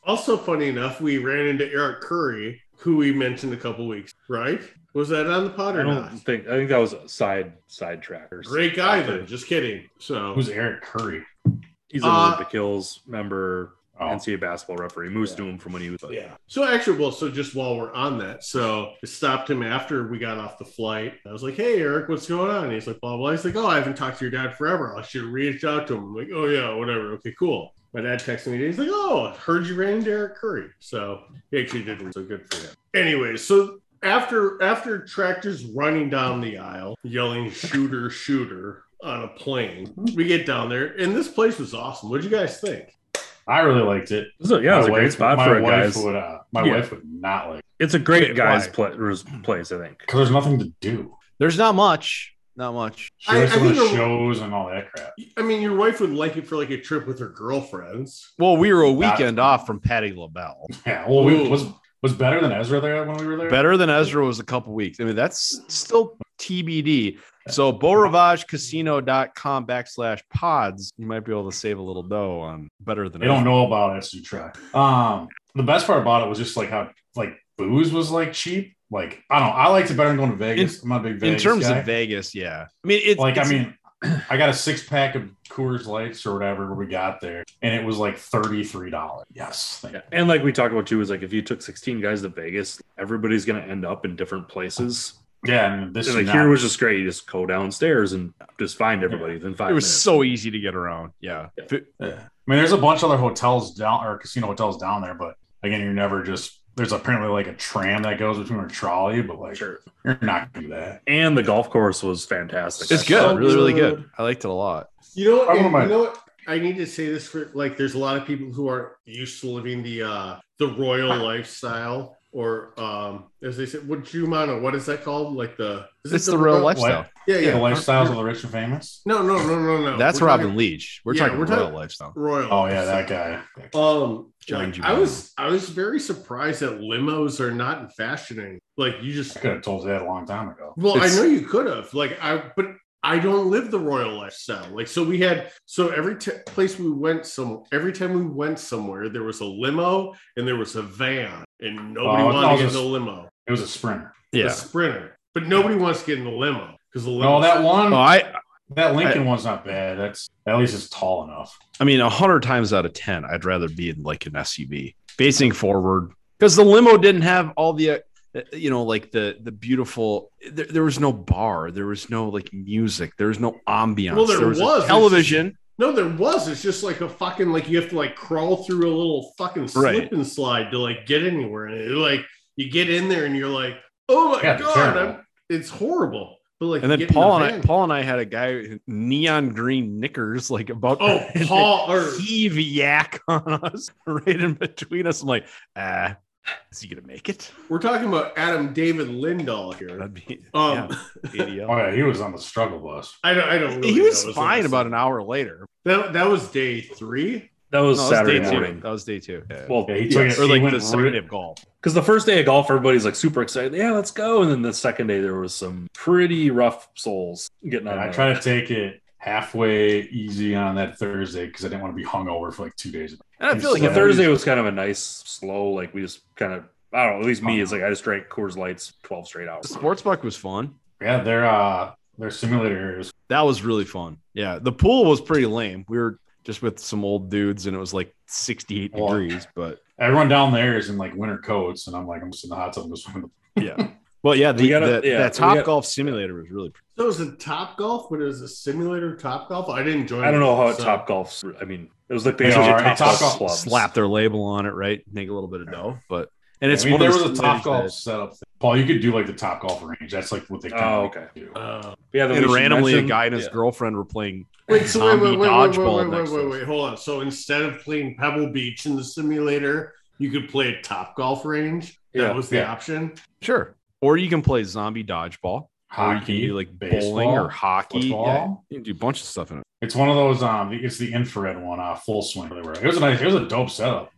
[SPEAKER 1] Also, funny enough, we ran into Eric Curry, who we mentioned a couple weeks. Right? Was that on the pod
[SPEAKER 4] I
[SPEAKER 1] or
[SPEAKER 4] don't
[SPEAKER 1] not?
[SPEAKER 4] think. I think that was a side side trackers.
[SPEAKER 1] Great guy, then. Just kidding. So
[SPEAKER 2] Who's Eric Curry?
[SPEAKER 4] He's an
[SPEAKER 1] Uh,
[SPEAKER 4] Olympic Hills member,
[SPEAKER 2] Oh.
[SPEAKER 4] NCAA basketball referee. Moose
[SPEAKER 2] Yeah.
[SPEAKER 4] knew him from when he was.
[SPEAKER 1] Yeah. So actually, well, so just while we're on that, so I stopped him after we got off the flight. I was like, "Hey, Eric, what's going on?" And he's like, "Blah blah." He's like, "Oh, I haven't talked to your dad forever. I should reach out to him." I'm like, "Oh yeah, whatever. Okay, cool." My dad texted me. He's like, "Oh, heard you ran into Eric Curry." So he actually did. So good for him. Anyway, so after after tractors running down the aisle yelling "shooter, shooter" on a plane, we get down there, and this place was awesome. What'd you guys think?
[SPEAKER 2] I really liked it.
[SPEAKER 4] So, yeah, it was
[SPEAKER 2] My
[SPEAKER 4] a great
[SPEAKER 2] wife-
[SPEAKER 4] spot
[SPEAKER 2] my
[SPEAKER 4] for a
[SPEAKER 2] wife
[SPEAKER 4] guys.
[SPEAKER 2] Would, uh, my
[SPEAKER 4] Yeah.
[SPEAKER 2] wife would not like
[SPEAKER 4] It's a great
[SPEAKER 2] Wait,
[SPEAKER 4] guys'
[SPEAKER 2] why?
[SPEAKER 4] pla- res- place, I think.
[SPEAKER 2] because there's nothing to do.
[SPEAKER 3] *clears throat* There's not much. Not much.
[SPEAKER 2] She
[SPEAKER 1] I-
[SPEAKER 2] likes
[SPEAKER 1] I
[SPEAKER 2] to go to
[SPEAKER 1] think a-
[SPEAKER 2] shows and all that crap. *laughs*
[SPEAKER 1] I mean, your wife would like it for like a trip with her girlfriends.
[SPEAKER 3] Well, we were a
[SPEAKER 2] Not-
[SPEAKER 3] weekend off from Patty LaBelle.
[SPEAKER 2] Yeah. Well, we,
[SPEAKER 1] Ooh.
[SPEAKER 2] was was better than Ezra there when we were there.
[SPEAKER 3] Better than Ezra was a couple weeks. I mean, that's still TBD. So beauravagecasino.com backslash pods. You might be able to save a little dough on better than
[SPEAKER 2] They don't
[SPEAKER 3] Ezra.
[SPEAKER 2] know about it, so you try. Um, the best part about it was just like how like booze was like cheap. Like I don't. know. I liked it better than going to Vegas. I'm not a big
[SPEAKER 3] In
[SPEAKER 2] Vegas
[SPEAKER 3] terms
[SPEAKER 2] guy.
[SPEAKER 3] of Vegas, yeah. I mean, it,
[SPEAKER 2] like I
[SPEAKER 3] it's-
[SPEAKER 2] mean, *clears throat* I got a six pack of Coors Lights or whatever we got there, and it was like thirty three dollars. Yes, thank
[SPEAKER 4] Yeah. And like we talked about too, is like if you took 16 guys to Vegas, everybody's going to end up in different places.
[SPEAKER 2] Yeah, and this
[SPEAKER 4] And,
[SPEAKER 2] is
[SPEAKER 4] like
[SPEAKER 2] not,
[SPEAKER 4] here was just great. You just go downstairs and just find everybody within five
[SPEAKER 3] it was
[SPEAKER 4] minutes.
[SPEAKER 3] so easy to get around. Yeah.
[SPEAKER 4] Yeah.
[SPEAKER 3] Fi-
[SPEAKER 2] Yeah. I mean, there's a bunch of other hotels down or casino hotels down there, but again, you're never just. There's apparently like a tram that goes between a trolley, but like
[SPEAKER 4] Sure.
[SPEAKER 2] you're not gonna do that.
[SPEAKER 4] And the golf course was fantastic.
[SPEAKER 3] It's
[SPEAKER 4] I
[SPEAKER 3] good.
[SPEAKER 4] thought.
[SPEAKER 3] really, really good. I liked it a lot.
[SPEAKER 1] You know,
[SPEAKER 2] I
[SPEAKER 1] and,
[SPEAKER 2] wouldn't
[SPEAKER 1] you know what? I need to say this for like, there's a lot of people who are used to living the uh the
[SPEAKER 2] *laughs*
[SPEAKER 1] royal lifestyle, or um, as they said, what Jumana, what is that called? Like the is it
[SPEAKER 3] It's the real
[SPEAKER 1] ro-
[SPEAKER 3] lifestyle.
[SPEAKER 1] Yeah, yeah.
[SPEAKER 2] The lifestyles of the rich and famous.
[SPEAKER 1] No, no, no, no, no.
[SPEAKER 3] That's
[SPEAKER 1] We're
[SPEAKER 3] Robin
[SPEAKER 1] talking
[SPEAKER 3] Leach. We're
[SPEAKER 1] Yeah,
[SPEAKER 3] talking
[SPEAKER 1] we're
[SPEAKER 3] real
[SPEAKER 1] talking-
[SPEAKER 3] lifestyle.
[SPEAKER 1] Royal.
[SPEAKER 2] Oh yeah, that guy.
[SPEAKER 1] Um,
[SPEAKER 3] John
[SPEAKER 1] like, I
[SPEAKER 3] Jumana.
[SPEAKER 1] was I was very surprised that limos are not in fashion anymore. Like you just
[SPEAKER 2] I could have told you that a long time ago.
[SPEAKER 1] Well, I
[SPEAKER 3] It's-
[SPEAKER 1] know you could have. Like I, but I don't live the royal lifestyle. Like so, we had so every t- place we went, some every time we went somewhere, there was a limo and there was a van, and nobody
[SPEAKER 2] Oh,
[SPEAKER 1] wanted to get in
[SPEAKER 2] that was-
[SPEAKER 1] the limo.
[SPEAKER 2] It was a sprinter.
[SPEAKER 1] The sprinter, but nobody wants to get in the limo because the limo.
[SPEAKER 2] No, that one,
[SPEAKER 3] Oh, I
[SPEAKER 2] that Lincoln one's not bad. That's at least it's tall enough.
[SPEAKER 3] I mean, a hundred times out of ten, I'd rather be in like an SUV facing forward because the limo didn't have all the. uh, you know like the the beautiful there, there was no bar there was no like music there was no ambiance
[SPEAKER 1] Well, there
[SPEAKER 3] was, a
[SPEAKER 1] was. It's-
[SPEAKER 3] television
[SPEAKER 1] No, there was. It's just like a fucking like you have to like crawl through a little fucking slip
[SPEAKER 3] Right.
[SPEAKER 1] and slide to like get anywhere. And it, like you get in there and you're like, oh my
[SPEAKER 2] Yeah, it's
[SPEAKER 1] god,
[SPEAKER 2] terrible.
[SPEAKER 1] I'm, it's horrible. But like,
[SPEAKER 3] and
[SPEAKER 1] you
[SPEAKER 3] then
[SPEAKER 1] get in the
[SPEAKER 3] paul and I,
[SPEAKER 1] van-
[SPEAKER 3] paul and i had a guy in neon green knickers like about *laughs*
[SPEAKER 2] *laughs*
[SPEAKER 1] oh Paul or
[SPEAKER 3] heave yak *laughs* on us right in between us i'm like ah is he gonna make it
[SPEAKER 1] we're talking about Adam David Lindahl here.
[SPEAKER 3] that'd be
[SPEAKER 1] *laughs* Um,
[SPEAKER 3] yeah, ADL.
[SPEAKER 2] Oh yeah, he was on the struggle bus.
[SPEAKER 1] I don't. I don't. Really
[SPEAKER 3] he was
[SPEAKER 1] know. It's like-
[SPEAKER 3] fine about an hour later
[SPEAKER 1] that. That was day three.
[SPEAKER 4] That was
[SPEAKER 3] no, that was
[SPEAKER 4] Saturday
[SPEAKER 3] day two
[SPEAKER 4] morning.
[SPEAKER 3] that was day two Yeah.
[SPEAKER 4] Well,
[SPEAKER 2] Yeah, he took
[SPEAKER 4] yes.
[SPEAKER 2] it.
[SPEAKER 3] or
[SPEAKER 2] he
[SPEAKER 3] like
[SPEAKER 2] went
[SPEAKER 3] the second
[SPEAKER 2] right-
[SPEAKER 3] day of golf
[SPEAKER 4] Because the first day of golf, everybody's like super excited. Yeah, let's go. And then the second day, there was some pretty rough souls getting on.
[SPEAKER 2] And I
[SPEAKER 4] the-
[SPEAKER 2] try to take it halfway easy on that Thursday because I didn't want to be hungover for like two days.
[SPEAKER 3] and i feel like
[SPEAKER 4] the
[SPEAKER 2] Yeah.
[SPEAKER 3] if there
[SPEAKER 4] Thursday was kind of a nice, slow. Like we just kind of, I don't know. At least me is like I just drank Coors Lights twelve straight
[SPEAKER 3] the
[SPEAKER 4] hours.
[SPEAKER 3] sports book was fun
[SPEAKER 2] Yeah, their uh their simulator is
[SPEAKER 3] That was really fun. Yeah. The pool was pretty lame. We were just with some old dudes and it was like 68
[SPEAKER 2] Well-
[SPEAKER 3] degrees, but
[SPEAKER 2] everyone down there is in like winter coats, and I'm like I'm just in the hot tub and go swimming.
[SPEAKER 3] yeah. Well, yeah, the,
[SPEAKER 4] We gotta-
[SPEAKER 3] the-
[SPEAKER 4] yeah,
[SPEAKER 3] that
[SPEAKER 4] we
[SPEAKER 3] top
[SPEAKER 4] gotta-
[SPEAKER 3] golf simulator was really pretty.
[SPEAKER 1] So it was a top golf, but it was a simulator top golf. I didn't join.
[SPEAKER 4] I don't know how
[SPEAKER 1] so-
[SPEAKER 4] Top Golf's. I mean, it was like
[SPEAKER 2] They
[SPEAKER 4] basically
[SPEAKER 2] are-
[SPEAKER 4] Top,
[SPEAKER 2] Top
[SPEAKER 4] Golf
[SPEAKER 2] Golf
[SPEAKER 4] clubs.
[SPEAKER 3] slap their label on it, right? Make a little bit of dough, but and it's
[SPEAKER 2] I mean,
[SPEAKER 3] one
[SPEAKER 2] there
[SPEAKER 3] of those
[SPEAKER 2] was a
[SPEAKER 3] simulators
[SPEAKER 2] top golf
[SPEAKER 3] that-
[SPEAKER 2] setup. Thing. Paul, you could do like the top golf range. That's like what they kind
[SPEAKER 4] Oh,
[SPEAKER 2] of
[SPEAKER 4] okay.
[SPEAKER 2] do.
[SPEAKER 1] Uh,
[SPEAKER 4] Yeah, then
[SPEAKER 3] and
[SPEAKER 4] we should
[SPEAKER 3] randomly
[SPEAKER 4] mention-
[SPEAKER 3] a guy and his
[SPEAKER 4] yeah.
[SPEAKER 3] girlfriend were playing
[SPEAKER 1] wait, so wait, wait,
[SPEAKER 3] Zombie
[SPEAKER 1] wait, wait,
[SPEAKER 3] dodgeball
[SPEAKER 1] wait, wait,
[SPEAKER 3] next
[SPEAKER 1] wait,
[SPEAKER 3] to
[SPEAKER 1] wait,
[SPEAKER 3] us.
[SPEAKER 1] wait, hold on. So instead of playing Pebble Beach in the simulator, you could play a top golf range. That
[SPEAKER 4] Yeah,
[SPEAKER 1] was the
[SPEAKER 2] yeah.
[SPEAKER 1] option.
[SPEAKER 3] sure. Or you can play zombie dodgeball, or you can
[SPEAKER 2] Hockey,
[SPEAKER 3] do like bowling
[SPEAKER 2] baseball,
[SPEAKER 3] or hockey.
[SPEAKER 2] football.
[SPEAKER 3] Yeah, you can do a bunch of stuff in it.
[SPEAKER 2] It's one of those. Um, it's the infrared one. Uh, full swing. They were. It was a nice. It was a dope setup.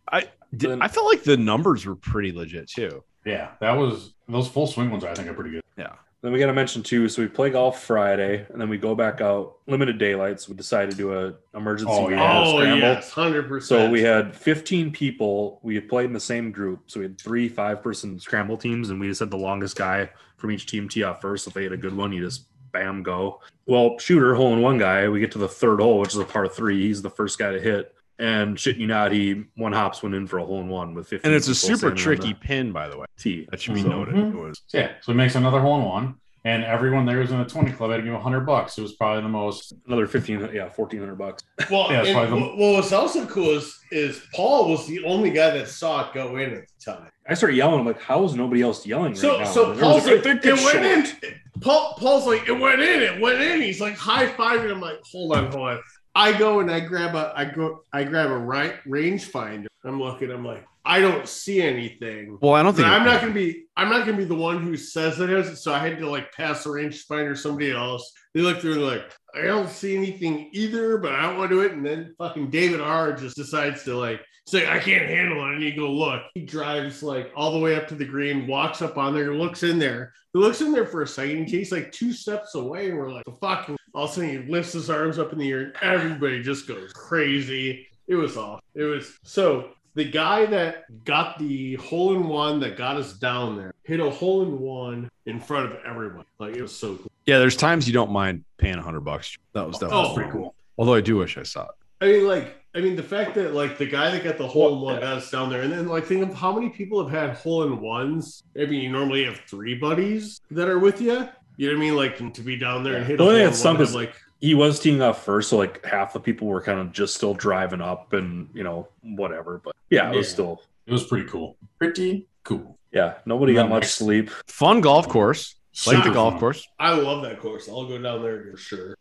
[SPEAKER 3] Did-
[SPEAKER 4] Then-
[SPEAKER 3] I felt like the numbers were pretty legit too.
[SPEAKER 2] Yeah, that was those full swing ones. I think are pretty good.
[SPEAKER 3] Yeah.
[SPEAKER 4] Then we got to mention too. So we play golf Friday, and then we go back out limited daylights. we decide to do a emergency
[SPEAKER 2] Oh, yeah.
[SPEAKER 4] manhole
[SPEAKER 1] oh
[SPEAKER 4] scramble.
[SPEAKER 1] yes, hundred percent.
[SPEAKER 4] So we had 15 people. We had played in the same group. So we had three five person scramble teams, and we just had the longest guy from each team tee off first. If they had a good one, you just bam go. Well, shooter, hole in one guy. We get to the third hole, which is a par three. He's the first guy to hit. And shit you not, he one hops went in for a hole in one with 15.
[SPEAKER 3] And it's a
[SPEAKER 4] people
[SPEAKER 3] super
[SPEAKER 4] standing on
[SPEAKER 3] tricky
[SPEAKER 4] the
[SPEAKER 3] pin, by the way.
[SPEAKER 4] tee.
[SPEAKER 3] That should be
[SPEAKER 4] So-
[SPEAKER 3] noted. It was
[SPEAKER 2] So, yeah, so he makes another hole in one, and everyone there was in a twenty club. I had to give him hundred bucks. It was probably the most.
[SPEAKER 4] Another 15, yeah, 1400 bucks.
[SPEAKER 1] well,
[SPEAKER 2] Yeah, it's
[SPEAKER 1] and
[SPEAKER 2] probably the-
[SPEAKER 1] what- what was also cool is is Paul was the only guy that saw it go in at the time.
[SPEAKER 4] I start yelling. I'm like, how is nobody else yelling?
[SPEAKER 1] So
[SPEAKER 4] right now?
[SPEAKER 1] so
[SPEAKER 4] And everyone's
[SPEAKER 1] Paul's like,
[SPEAKER 4] "I think
[SPEAKER 1] it
[SPEAKER 4] it's short."
[SPEAKER 1] went in. Paul Paul's like it went in. It went in. He's like high fiving. I'm like hold on hold on. I go and I grab a I go I grab a right range finder. I'm looking. I'm like I don't see anything.
[SPEAKER 3] Well, I don't
[SPEAKER 1] But
[SPEAKER 3] think
[SPEAKER 1] I'm not gonna be I'm not gonna be the one who says it is. So I had to like pass the range finder somebody else. They look through and they're like I don't see anything either, but I don't want to do it. And then fucking David R just decides to like say I can't handle it. I need to go look. He drives like all the way up to the green, walks up on there, looks in there. He looks in there for a second. and He's like two steps away, and we're like the fuck. All of a sudden he lifts his arms up in the air, and everybody just goes crazy. It was awesome. It was so the guy that got the hole in one that got us down there hit a hole in one in front of everyone. Like it was so cool.
[SPEAKER 3] Yeah, there's times you don't mind paying a hundred bucks. That was that was
[SPEAKER 1] Oh.
[SPEAKER 3] pretty cool. Although I do wish I saw it.
[SPEAKER 1] I mean, like, I mean, the fact that like the guy that got the hole in one got us down there, and then like think of how many people have had hole in ones. I mean, you normally have three buddies that are with you. You know what I mean? Like to be down there and hit.
[SPEAKER 4] The
[SPEAKER 1] a
[SPEAKER 4] only
[SPEAKER 1] hole in
[SPEAKER 4] thing that
[SPEAKER 1] one
[SPEAKER 4] sunk is-
[SPEAKER 1] like
[SPEAKER 4] he was teeing off first, so like half the people were kind of just still driving up and you know whatever. But yeah, it was
[SPEAKER 1] Yeah.
[SPEAKER 4] still
[SPEAKER 2] It was pretty cool. Pretty cool.
[SPEAKER 4] yeah. Nobody got
[SPEAKER 2] Mhm.
[SPEAKER 4] much sleep.
[SPEAKER 3] Fun golf course. Like the
[SPEAKER 1] Super
[SPEAKER 3] golf
[SPEAKER 2] fun.
[SPEAKER 3] course.
[SPEAKER 1] I love that course. I'll go down there for sure.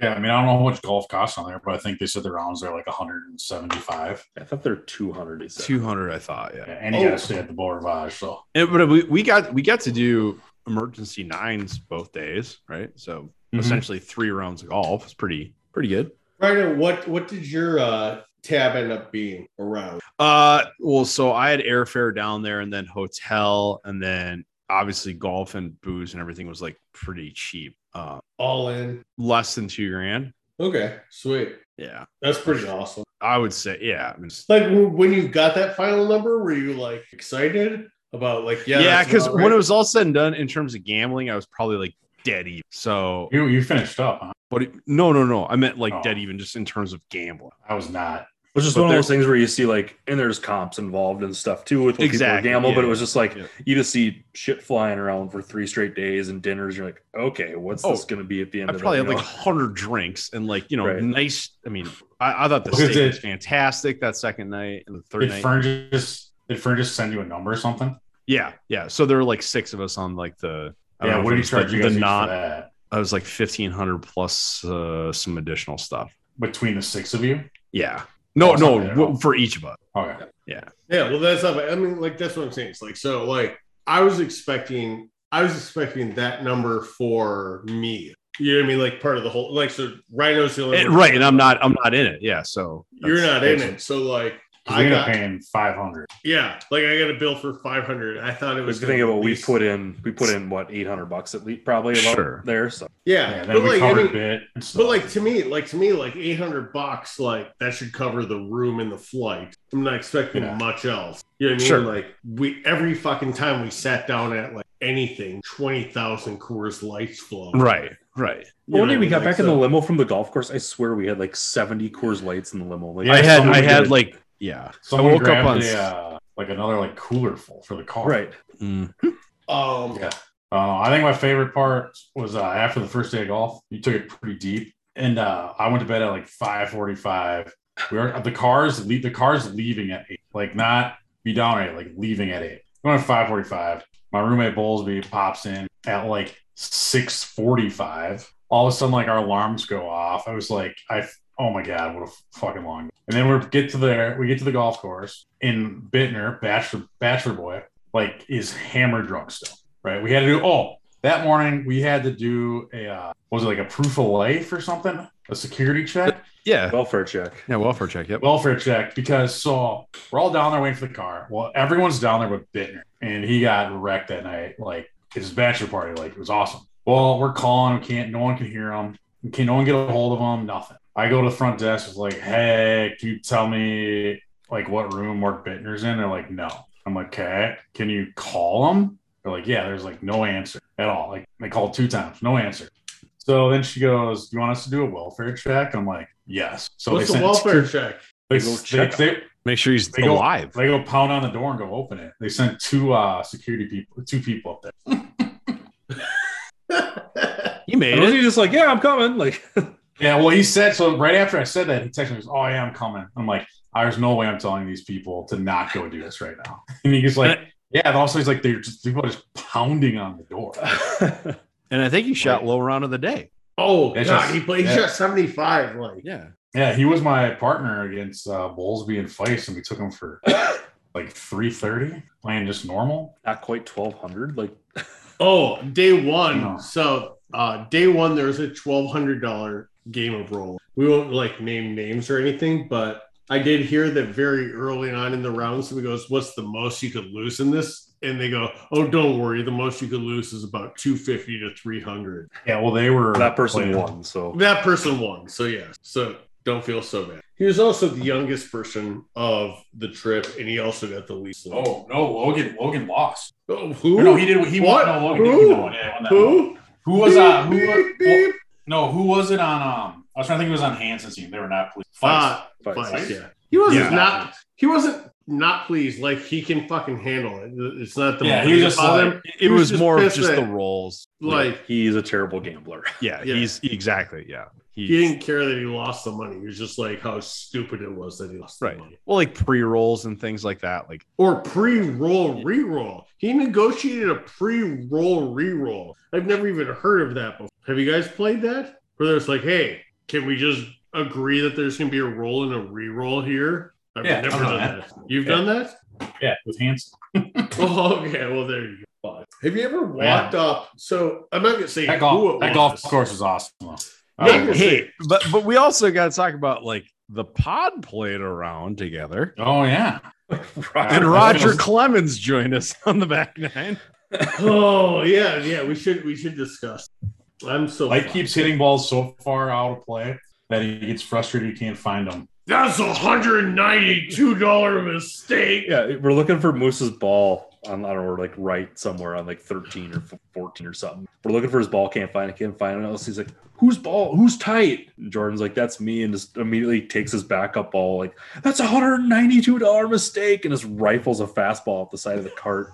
[SPEAKER 2] Yeah, I mean, I don't know how much golf costs on there, but I think they said the rounds are like 175.
[SPEAKER 4] I thought they're two hundred. He said.
[SPEAKER 3] Two hundred, I thought.
[SPEAKER 2] Yeah,
[SPEAKER 3] Yeah.
[SPEAKER 2] and you
[SPEAKER 1] Oh.
[SPEAKER 2] got to stay at the Beau Rivage. So
[SPEAKER 3] And- but we, we got we got to do emergency nines both days, right? So
[SPEAKER 1] Mm-hmm.
[SPEAKER 3] essentially three rounds of golf. It's pretty pretty good.
[SPEAKER 1] Ryder, what what did your uh tab end up being around?
[SPEAKER 3] Uh well, so I had airfare down there and then hotel and then obviously golf and booze and everything was like pretty cheap. Uh
[SPEAKER 1] All in.
[SPEAKER 3] less than two grand.
[SPEAKER 1] Okay, sweet.
[SPEAKER 3] Yeah.
[SPEAKER 1] That's pretty awesome.
[SPEAKER 3] I would say, yeah. I mean,
[SPEAKER 1] Like w- when you got that final number, were you like excited about like yeah?
[SPEAKER 3] yeah,
[SPEAKER 1] that's
[SPEAKER 3] because
[SPEAKER 1] about
[SPEAKER 3] when
[SPEAKER 1] right?
[SPEAKER 3] it was all said and done in terms of gambling, I was probably like dead even. So,
[SPEAKER 2] you you finished up. Huh?
[SPEAKER 3] but it- no, no, no. I meant like
[SPEAKER 2] Oh.
[SPEAKER 3] dead even just in terms of gambling.
[SPEAKER 2] I was not.
[SPEAKER 4] Which is
[SPEAKER 3] But
[SPEAKER 4] one of
[SPEAKER 3] there-
[SPEAKER 4] those things where you see like, and there's comps involved and stuff too with when
[SPEAKER 3] Exactly,
[SPEAKER 4] people gamble,
[SPEAKER 3] yeah,
[SPEAKER 4] but it was just like
[SPEAKER 3] yeah.
[SPEAKER 4] you just see shit flying around for three straight days and dinners. You're like, okay, what's
[SPEAKER 3] Oh,
[SPEAKER 4] this going to be at the end?
[SPEAKER 3] I
[SPEAKER 4] of
[SPEAKER 3] probably
[SPEAKER 4] it,
[SPEAKER 3] had
[SPEAKER 4] you
[SPEAKER 3] like
[SPEAKER 4] know?
[SPEAKER 3] hundred drinks and like you know
[SPEAKER 4] Right.
[SPEAKER 3] nice. I mean, I, I thought the
[SPEAKER 2] Look at
[SPEAKER 3] steak was
[SPEAKER 2] this.
[SPEAKER 3] fantastic that second night and the third
[SPEAKER 2] Did
[SPEAKER 3] night.
[SPEAKER 2] Fern just did Fern just send you a number or something?
[SPEAKER 3] yeah, yeah. So there were like six of us on like the. I don't know
[SPEAKER 2] Yeah,
[SPEAKER 3] if
[SPEAKER 2] what did
[SPEAKER 3] it
[SPEAKER 2] he
[SPEAKER 3] was
[SPEAKER 2] charge
[SPEAKER 3] the,
[SPEAKER 2] you guys
[SPEAKER 3] the
[SPEAKER 2] each
[SPEAKER 3] non-
[SPEAKER 2] for that?
[SPEAKER 3] I was like fifteen hundred plus uh, some additional stuff.
[SPEAKER 2] Between the six of you?
[SPEAKER 3] Yeah. No,
[SPEAKER 2] That's
[SPEAKER 3] no,
[SPEAKER 2] not bad at
[SPEAKER 3] w-
[SPEAKER 2] all.
[SPEAKER 3] for each of us.
[SPEAKER 2] Okay.
[SPEAKER 1] Yeah, well, that's not. I mean, like that's what I'm saying. It's like so. Like I was expecting, I was expecting that number for me. You know what I mean? Like part of the whole. Like so, Rhino's the only
[SPEAKER 3] And-
[SPEAKER 1] one-
[SPEAKER 3] Eh, right, and I'm not, I'm not in it. Yeah, so
[SPEAKER 1] You're
[SPEAKER 3] that's-
[SPEAKER 1] not in
[SPEAKER 3] that's-
[SPEAKER 1] it, so like
[SPEAKER 2] 'Cause
[SPEAKER 1] I
[SPEAKER 2] we ended
[SPEAKER 1] got
[SPEAKER 2] up paying five hundred.
[SPEAKER 1] yeah, like I got a bill for 500. I thought it
[SPEAKER 4] But *laughs* if
[SPEAKER 1] was.
[SPEAKER 4] you think
[SPEAKER 1] gonna
[SPEAKER 4] about what
[SPEAKER 1] be
[SPEAKER 4] we
[SPEAKER 1] at
[SPEAKER 4] put
[SPEAKER 1] least-
[SPEAKER 4] in, we put in what eight hundred bucks at least, probably about
[SPEAKER 3] Sure.
[SPEAKER 4] there. So
[SPEAKER 1] Yeah,
[SPEAKER 2] Yeah, then
[SPEAKER 1] but
[SPEAKER 2] we
[SPEAKER 1] like I
[SPEAKER 2] covered
[SPEAKER 1] mean,
[SPEAKER 2] a bit. and stuff.
[SPEAKER 1] But like to me, like to me, like eight hundred bucks, like that should cover the room and the flight. I'm not expecting
[SPEAKER 2] Yeah.
[SPEAKER 1] much else. You know what I mean?
[SPEAKER 3] Sure.
[SPEAKER 1] Like we every fucking time we sat down at like anything, twenty thousand Coors Lights flow.
[SPEAKER 3] Right, right.
[SPEAKER 1] You know
[SPEAKER 4] one
[SPEAKER 1] what I
[SPEAKER 4] day we
[SPEAKER 1] mean?
[SPEAKER 4] got
[SPEAKER 1] Like,
[SPEAKER 4] back in
[SPEAKER 1] so-
[SPEAKER 4] the limo from the golf course. I swear we had like seventy Coors Lights in the limo. Like,
[SPEAKER 2] Yeah,
[SPEAKER 3] I had,
[SPEAKER 4] someone
[SPEAKER 3] I
[SPEAKER 4] did
[SPEAKER 3] had
[SPEAKER 4] it.
[SPEAKER 3] like, yeah.
[SPEAKER 2] someone
[SPEAKER 3] woke up
[SPEAKER 2] grabbed
[SPEAKER 3] on-
[SPEAKER 2] a, uh, like another like cooler full for the car.
[SPEAKER 4] right.
[SPEAKER 3] Mm.
[SPEAKER 1] Um,
[SPEAKER 2] Yeah. Uh, I think my favorite part was uh, after the first day of golf. You took it pretty deep, and uh, I went to bed at like five forty-five. We were the cars leave the cars leaving at eight, like not be down at eight, like leaving at eight. We went at five forty-five. My roommate Bowlesby pops in at like six forty-five. All of a sudden, like our alarms go off. I was like, I oh my god, what a fucking long. And then we get to there, we get to the golf course in Bittner, bachelor bachelor boy, like is hammer drunk still right? We had to do oh that morning we had to do a uh, what was it like a proof of life or something, a security check,
[SPEAKER 3] Yeah,
[SPEAKER 4] Welfare check.
[SPEAKER 3] yeah. Welfare check. Yep.
[SPEAKER 2] welfare check because so we're all down there waiting for the car. Well, everyone's down there with Bittner, and he got wrecked that night. Like his bachelor party, like it was awesome. Well, we're calling, we can't, no one can hear him. We Can no one get a hold of him? Nothing. I go to the front desk. Was like, hey, can you tell me like what room Mark Bittner's in? They're like, no. I'm like, okay. Can you call him? They're like, yeah. There's like no answer at all. Like they called two times, no answer. So then she goes, "Do you want us to do a welfare check?" I'm like, "Yes." So
[SPEAKER 1] what's
[SPEAKER 2] they
[SPEAKER 1] the
[SPEAKER 2] sent
[SPEAKER 1] welfare check?
[SPEAKER 2] They,
[SPEAKER 4] They go
[SPEAKER 2] they,
[SPEAKER 4] check
[SPEAKER 2] they,
[SPEAKER 3] Make sure he's
[SPEAKER 2] They go-
[SPEAKER 3] alive.
[SPEAKER 2] they go pound on the door and go open it. They sent two uh, security people, two people up there.
[SPEAKER 3] He made
[SPEAKER 4] And was
[SPEAKER 3] it.
[SPEAKER 4] he just like, yeah, I'm coming? Like, *laughs*
[SPEAKER 2] Yeah, well, he said so. Right after I said that, he texted me, he goes, "Oh yeah, I'm coming." I'm like, "There's no way I'm telling these people to not go do this right now." *laughs* And he's
[SPEAKER 4] *laughs*
[SPEAKER 2] like, "Yeah." And also, he's like, "They're just people are just pounding on the door."
[SPEAKER 3] And I think he shot low round of the day.
[SPEAKER 1] *laughs* Oh
[SPEAKER 2] That's
[SPEAKER 1] god,
[SPEAKER 2] just-
[SPEAKER 1] he played. He
[SPEAKER 2] yeah.
[SPEAKER 1] shot seventy five. Like
[SPEAKER 3] Yeah.
[SPEAKER 2] Yeah, he was my partner against uh, Bowlesby and Feist, and we took him
[SPEAKER 4] *coughs*
[SPEAKER 2] for like three thirty, playing just normal.
[SPEAKER 4] not quite 1200. Like,
[SPEAKER 1] oh, day one.
[SPEAKER 2] No.
[SPEAKER 1] So uh, day one, there was a twelve hundred dollar game of roll. We won't like name names or anything, but I did hear that very early on in the round. Somebody goes, "What's the most you could lose in this?" And they go, "Oh, don't worry. The most you could lose is about two fifty to three hundred.
[SPEAKER 2] Yeah, well, they were
[SPEAKER 4] that person
[SPEAKER 2] playing-
[SPEAKER 4] won. So
[SPEAKER 1] That person won. So yeah. So don't feel so bad. He was also the youngest person of the trip, and he also got the least. loss.
[SPEAKER 2] Oh no, Logan! Logan lost.
[SPEAKER 1] Oh, who?
[SPEAKER 2] Or no, he did. He
[SPEAKER 1] What?
[SPEAKER 2] won. No, Logan did
[SPEAKER 1] Who?
[SPEAKER 2] win. Yeah, won that one.
[SPEAKER 1] who?
[SPEAKER 2] Who was uh, who?
[SPEAKER 1] Beep,
[SPEAKER 2] Was,
[SPEAKER 1] beep, beep.
[SPEAKER 2] no, who was it on? Um, I was trying to think. It was on Hanson's team. They were not pleased.
[SPEAKER 1] Uh,
[SPEAKER 4] but-
[SPEAKER 1] Feist, yeah. He wasn't
[SPEAKER 2] Yeah.
[SPEAKER 1] not he wasn't not pleased. Like he can fucking handle it. It's not the
[SPEAKER 2] Yeah,
[SPEAKER 1] most
[SPEAKER 2] he was just
[SPEAKER 1] about
[SPEAKER 2] like-
[SPEAKER 1] him.
[SPEAKER 3] It,
[SPEAKER 1] He was
[SPEAKER 3] was,
[SPEAKER 1] just
[SPEAKER 3] more of
[SPEAKER 1] pissed
[SPEAKER 3] just
[SPEAKER 1] that-
[SPEAKER 3] the roles.
[SPEAKER 1] Like
[SPEAKER 4] he's a terrible gambler. *laughs*
[SPEAKER 3] yeah,
[SPEAKER 1] Yeah.
[SPEAKER 3] he's exactly. Yeah.
[SPEAKER 1] he
[SPEAKER 3] He's-
[SPEAKER 1] didn't care that he lost the money. He was just like how stupid it was that he lost
[SPEAKER 3] right.
[SPEAKER 1] the money.
[SPEAKER 3] Well, like pre rolls and things like that. Like
[SPEAKER 1] Or pre-roll re-roll. He negotiated a pre-roll re-roll. I've never even heard of that before. Have you guys played that? Where it's like, hey, can we just agree that there's gonna be a roll and a re-roll here? I've
[SPEAKER 2] Yeah,
[SPEAKER 1] never
[SPEAKER 2] I've
[SPEAKER 1] done
[SPEAKER 2] done
[SPEAKER 1] that.
[SPEAKER 2] that.
[SPEAKER 1] You've
[SPEAKER 2] Yeah.
[SPEAKER 1] done that?
[SPEAKER 2] Yeah, with Hanson.
[SPEAKER 1] *laughs* Oh, okay. Well, there you go. Fine. Have you ever
[SPEAKER 2] Yeah.
[SPEAKER 1] walked up? So I'm not gonna say
[SPEAKER 2] That
[SPEAKER 1] who
[SPEAKER 2] golf,
[SPEAKER 1] it
[SPEAKER 2] that
[SPEAKER 1] was.
[SPEAKER 2] golf course was awesome. though.
[SPEAKER 1] Yeah,
[SPEAKER 2] Uh,
[SPEAKER 1] We'll
[SPEAKER 3] hey,
[SPEAKER 1] see.
[SPEAKER 3] but but we also got to talk about like the pod played around together,
[SPEAKER 2] oh yeah,
[SPEAKER 3] and
[SPEAKER 2] Yeah.
[SPEAKER 3] Roger Clemens joined us *laughs* on the back nine.
[SPEAKER 1] *laughs* Oh yeah, yeah. We should we should discuss. I'm so
[SPEAKER 2] Light
[SPEAKER 1] fine.
[SPEAKER 2] keeps hitting balls so far out of play that he gets frustrated. He can't find them.
[SPEAKER 1] That's a hundred ninety-two dollar mistake.
[SPEAKER 4] Yeah, we're looking for Moose's ball. on I don't know, like right somewhere on like 13 or 14 or something. We're looking for his ball, can't find it, can't find it. Else he's like, whose ball? Who's tight? And Jordan's like, that's me, and just immediately takes his backup ball, like, that's a $192 mistake, and just rifles a fastball off the side of the cart.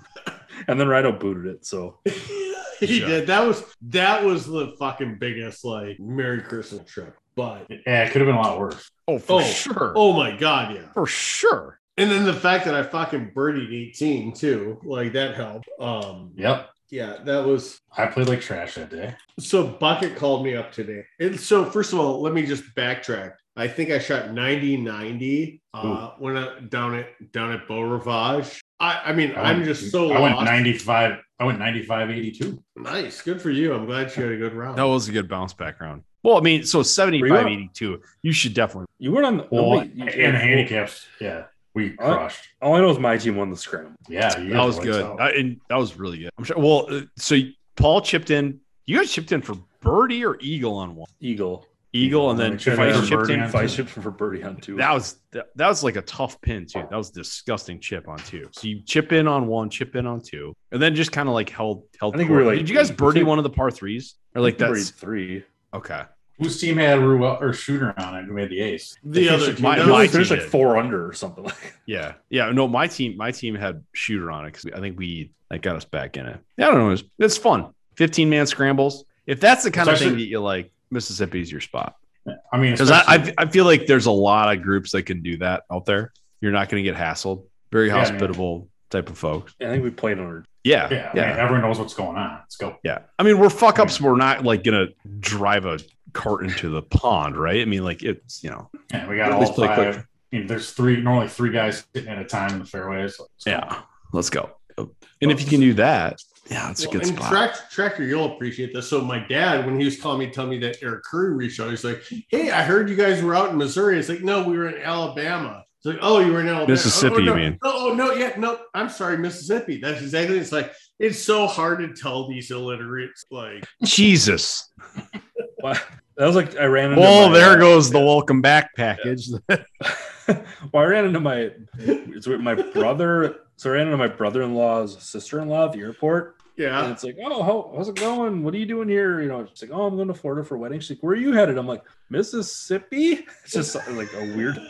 [SPEAKER 4] And then Rhino booted it. So
[SPEAKER 1] *laughs* he
[SPEAKER 2] Yeah.
[SPEAKER 1] did. That was that was the fucking biggest like Merry Christmas trip. But
[SPEAKER 2] Yeah, it could have been a lot worse.
[SPEAKER 3] Oh, for
[SPEAKER 1] Oh.
[SPEAKER 3] sure.
[SPEAKER 1] oh my god, yeah.
[SPEAKER 3] For sure.
[SPEAKER 1] And then the fact that I fucking birdied 18 too, like that helped. Um
[SPEAKER 2] Yep.
[SPEAKER 1] yeah, that was
[SPEAKER 2] I played like trash that day.
[SPEAKER 1] so Bucket called me up today. And so first of all, let me just backtrack. I think I shot 90 90 uh when I down at down at Beau Rivage. I, I mean,
[SPEAKER 2] I
[SPEAKER 1] I'm
[SPEAKER 2] went-
[SPEAKER 1] just so
[SPEAKER 2] Um, I went
[SPEAKER 1] lost.
[SPEAKER 2] 95. I went 95, 82.
[SPEAKER 1] nice. Good for you. I'm glad you had a good round.
[SPEAKER 3] That was a good bounce back round. Well, I mean, so 75 82. You should definitely.
[SPEAKER 4] you weren't on the
[SPEAKER 2] Well,
[SPEAKER 4] nobody- you-
[SPEAKER 2] and handicaps. Yeah, we
[SPEAKER 4] Uh,
[SPEAKER 2] crushed.
[SPEAKER 4] All I know is my team won the scrum.
[SPEAKER 2] Yeah, you
[SPEAKER 3] That
[SPEAKER 2] guys
[SPEAKER 3] was
[SPEAKER 2] wiped
[SPEAKER 3] good.
[SPEAKER 2] out.
[SPEAKER 3] That- and that was really good. I'm sure. Well, uh, so Paul chipped in. You guys chipped in for birdie or eagle on one?
[SPEAKER 4] Eagle.
[SPEAKER 3] Eagle and
[SPEAKER 2] We
[SPEAKER 3] then
[SPEAKER 2] chipped
[SPEAKER 4] If
[SPEAKER 2] in
[SPEAKER 3] Fife
[SPEAKER 2] for
[SPEAKER 4] I
[SPEAKER 3] chipped
[SPEAKER 4] shipped
[SPEAKER 2] birdie
[SPEAKER 4] in,
[SPEAKER 2] on
[SPEAKER 4] if I
[SPEAKER 2] two.
[SPEAKER 4] shipped for birdie on two.
[SPEAKER 3] That was that, that was like a tough pin too. That was a disgusting chip on two. So you chip in on one, chip in on two, and then just kind of like held held.
[SPEAKER 4] I think we were,
[SPEAKER 3] court.
[SPEAKER 4] like,
[SPEAKER 3] Did you guys
[SPEAKER 4] eight
[SPEAKER 3] birdie
[SPEAKER 4] percent.
[SPEAKER 3] one of the par threes or like
[SPEAKER 4] Birdie
[SPEAKER 3] that's
[SPEAKER 4] three.
[SPEAKER 3] okay?
[SPEAKER 2] Whose team had Ruel or Shooter on it who made the ace?
[SPEAKER 1] the other
[SPEAKER 3] should- my-
[SPEAKER 1] that
[SPEAKER 4] It
[SPEAKER 1] was-
[SPEAKER 4] was finished like
[SPEAKER 3] did.
[SPEAKER 4] four under or something like. that.
[SPEAKER 3] Yeah, yeah. No, my team my team had shooter on it because I think we that got us back in it. I don't know. It's it's fun. Fifteen man scrambles. If that's the kind of thing
[SPEAKER 2] Especially-
[SPEAKER 3] that you like, Mississippi's your spot
[SPEAKER 2] I mean,
[SPEAKER 3] because I,
[SPEAKER 2] especially-
[SPEAKER 3] I I feel like there's a lot of groups that can do that out there. You're not going to get hassled. Very
[SPEAKER 2] Yeah, man.
[SPEAKER 3] hospitable type of folks.
[SPEAKER 4] I think we played under.
[SPEAKER 3] Yeah,
[SPEAKER 2] yeah, I mean, everyone knows what's going on. Let's go.
[SPEAKER 3] Yeah. I mean, we're fuck ups. We're not like going to drive a cart into the pond, right? I mean, like it's, you know,
[SPEAKER 2] Yeah, we got
[SPEAKER 3] At
[SPEAKER 2] all
[SPEAKER 3] least play
[SPEAKER 2] five. I mean, there's three normally three guys sitting at a time in the fairways. So let's go.
[SPEAKER 3] yeah, let's go. And if you can do that, yeah, it's a
[SPEAKER 1] Well,
[SPEAKER 3] good
[SPEAKER 1] and
[SPEAKER 3] spot.
[SPEAKER 1] Track, Tractor, you'll appreciate this. So my dad, when he was calling me, telling me that Eric Curry reached out, he's like, "Hey, I heard you guys were out in Missouri." It's like, "No, we were in Alabama." It's like, "Oh, you were in Alabama,
[SPEAKER 3] Mississippi,
[SPEAKER 1] Oh, no,
[SPEAKER 3] you mean.
[SPEAKER 1] Oh, oh, no, yeah, no. I'm sorry, Mississippi. That's exactly. It's like it's so hard to tell these illiterates. Like,
[SPEAKER 3] Jesus.
[SPEAKER 4] Wow. That was like I ran into.
[SPEAKER 3] Oh,
[SPEAKER 4] my-
[SPEAKER 3] there goes the welcome back package.
[SPEAKER 4] *laughs* well, I ran into my it's with my brother. So I ran into my brother-in-law's sister-in-law at the airport, and
[SPEAKER 1] yeah,
[SPEAKER 4] it's like, oh, how, how's it going? What are you doing here? You know, she's like, oh, I'm going to Florida for a wedding. She's like, where are you headed? I'm like, Mississippi. *laughs* It's just like a weird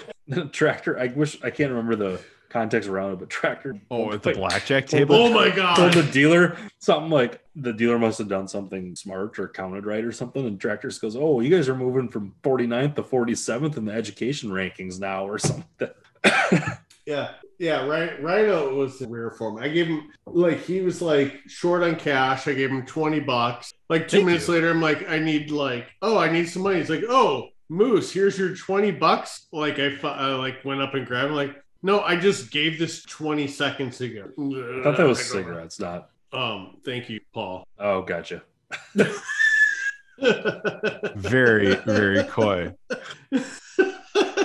[SPEAKER 4] *laughs* tractor. I wish I can't remember the context around it, but tractor.
[SPEAKER 3] Oh, at the blackjack table.
[SPEAKER 1] oh my
[SPEAKER 4] told the
[SPEAKER 1] god,
[SPEAKER 4] dealer something like the dealer must have done something smart or counted right or something. And Tractors goes, Oh, you guys are moving from 49th to 47th in the education rankings now or something. *laughs*
[SPEAKER 1] yeah, yeah. Right, Rhino was in rare form. I gave him like he was like short on cash. I gave him twenty bucks. Like two
[SPEAKER 3] Thank
[SPEAKER 1] minutes
[SPEAKER 3] you.
[SPEAKER 1] later, I'm like, I need like, oh, I need some money. He's like, oh, Moose, here's your twenty bucks. Like I, fu- I like went up and grabbed. him, like, no, I just gave this twenty seconds ago.
[SPEAKER 4] I thought that was cigarettes, not.
[SPEAKER 1] Um, thank you, Paul.
[SPEAKER 4] Oh, gotcha.
[SPEAKER 1] that
[SPEAKER 3] Very, very coy. *laughs*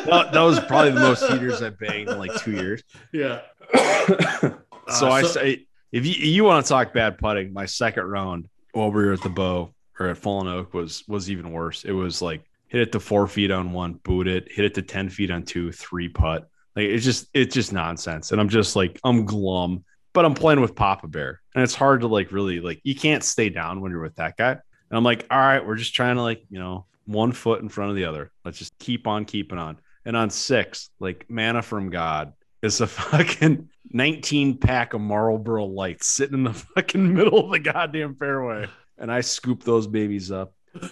[SPEAKER 3] That, that was probably the most heaters I banged in like two years.
[SPEAKER 1] *laughs* Yeah. Uh,
[SPEAKER 3] so I say, if you you want to talk bad putting, my second round while we were at the bow or at Fallen Oak was was even worse. It was like hit it to four feet on one, boot it, hit it to ten feet on two, three putt. Like it's just it's just nonsense. And I'm just like I'm glum, but I'm playing with Papa Bear, and it's hard to like really like you can't stay down when you're with that guy. And I'm like, all right, we're just trying to like you know one foot in front of the other. Let's just keep on keeping on. And on six, like manna from God is a *laughs* fucking 19 pack of Marlboro lights sitting in the *laughs* fucking middle of the goddamn fairway. And I scooped those babies up.
[SPEAKER 1] *laughs*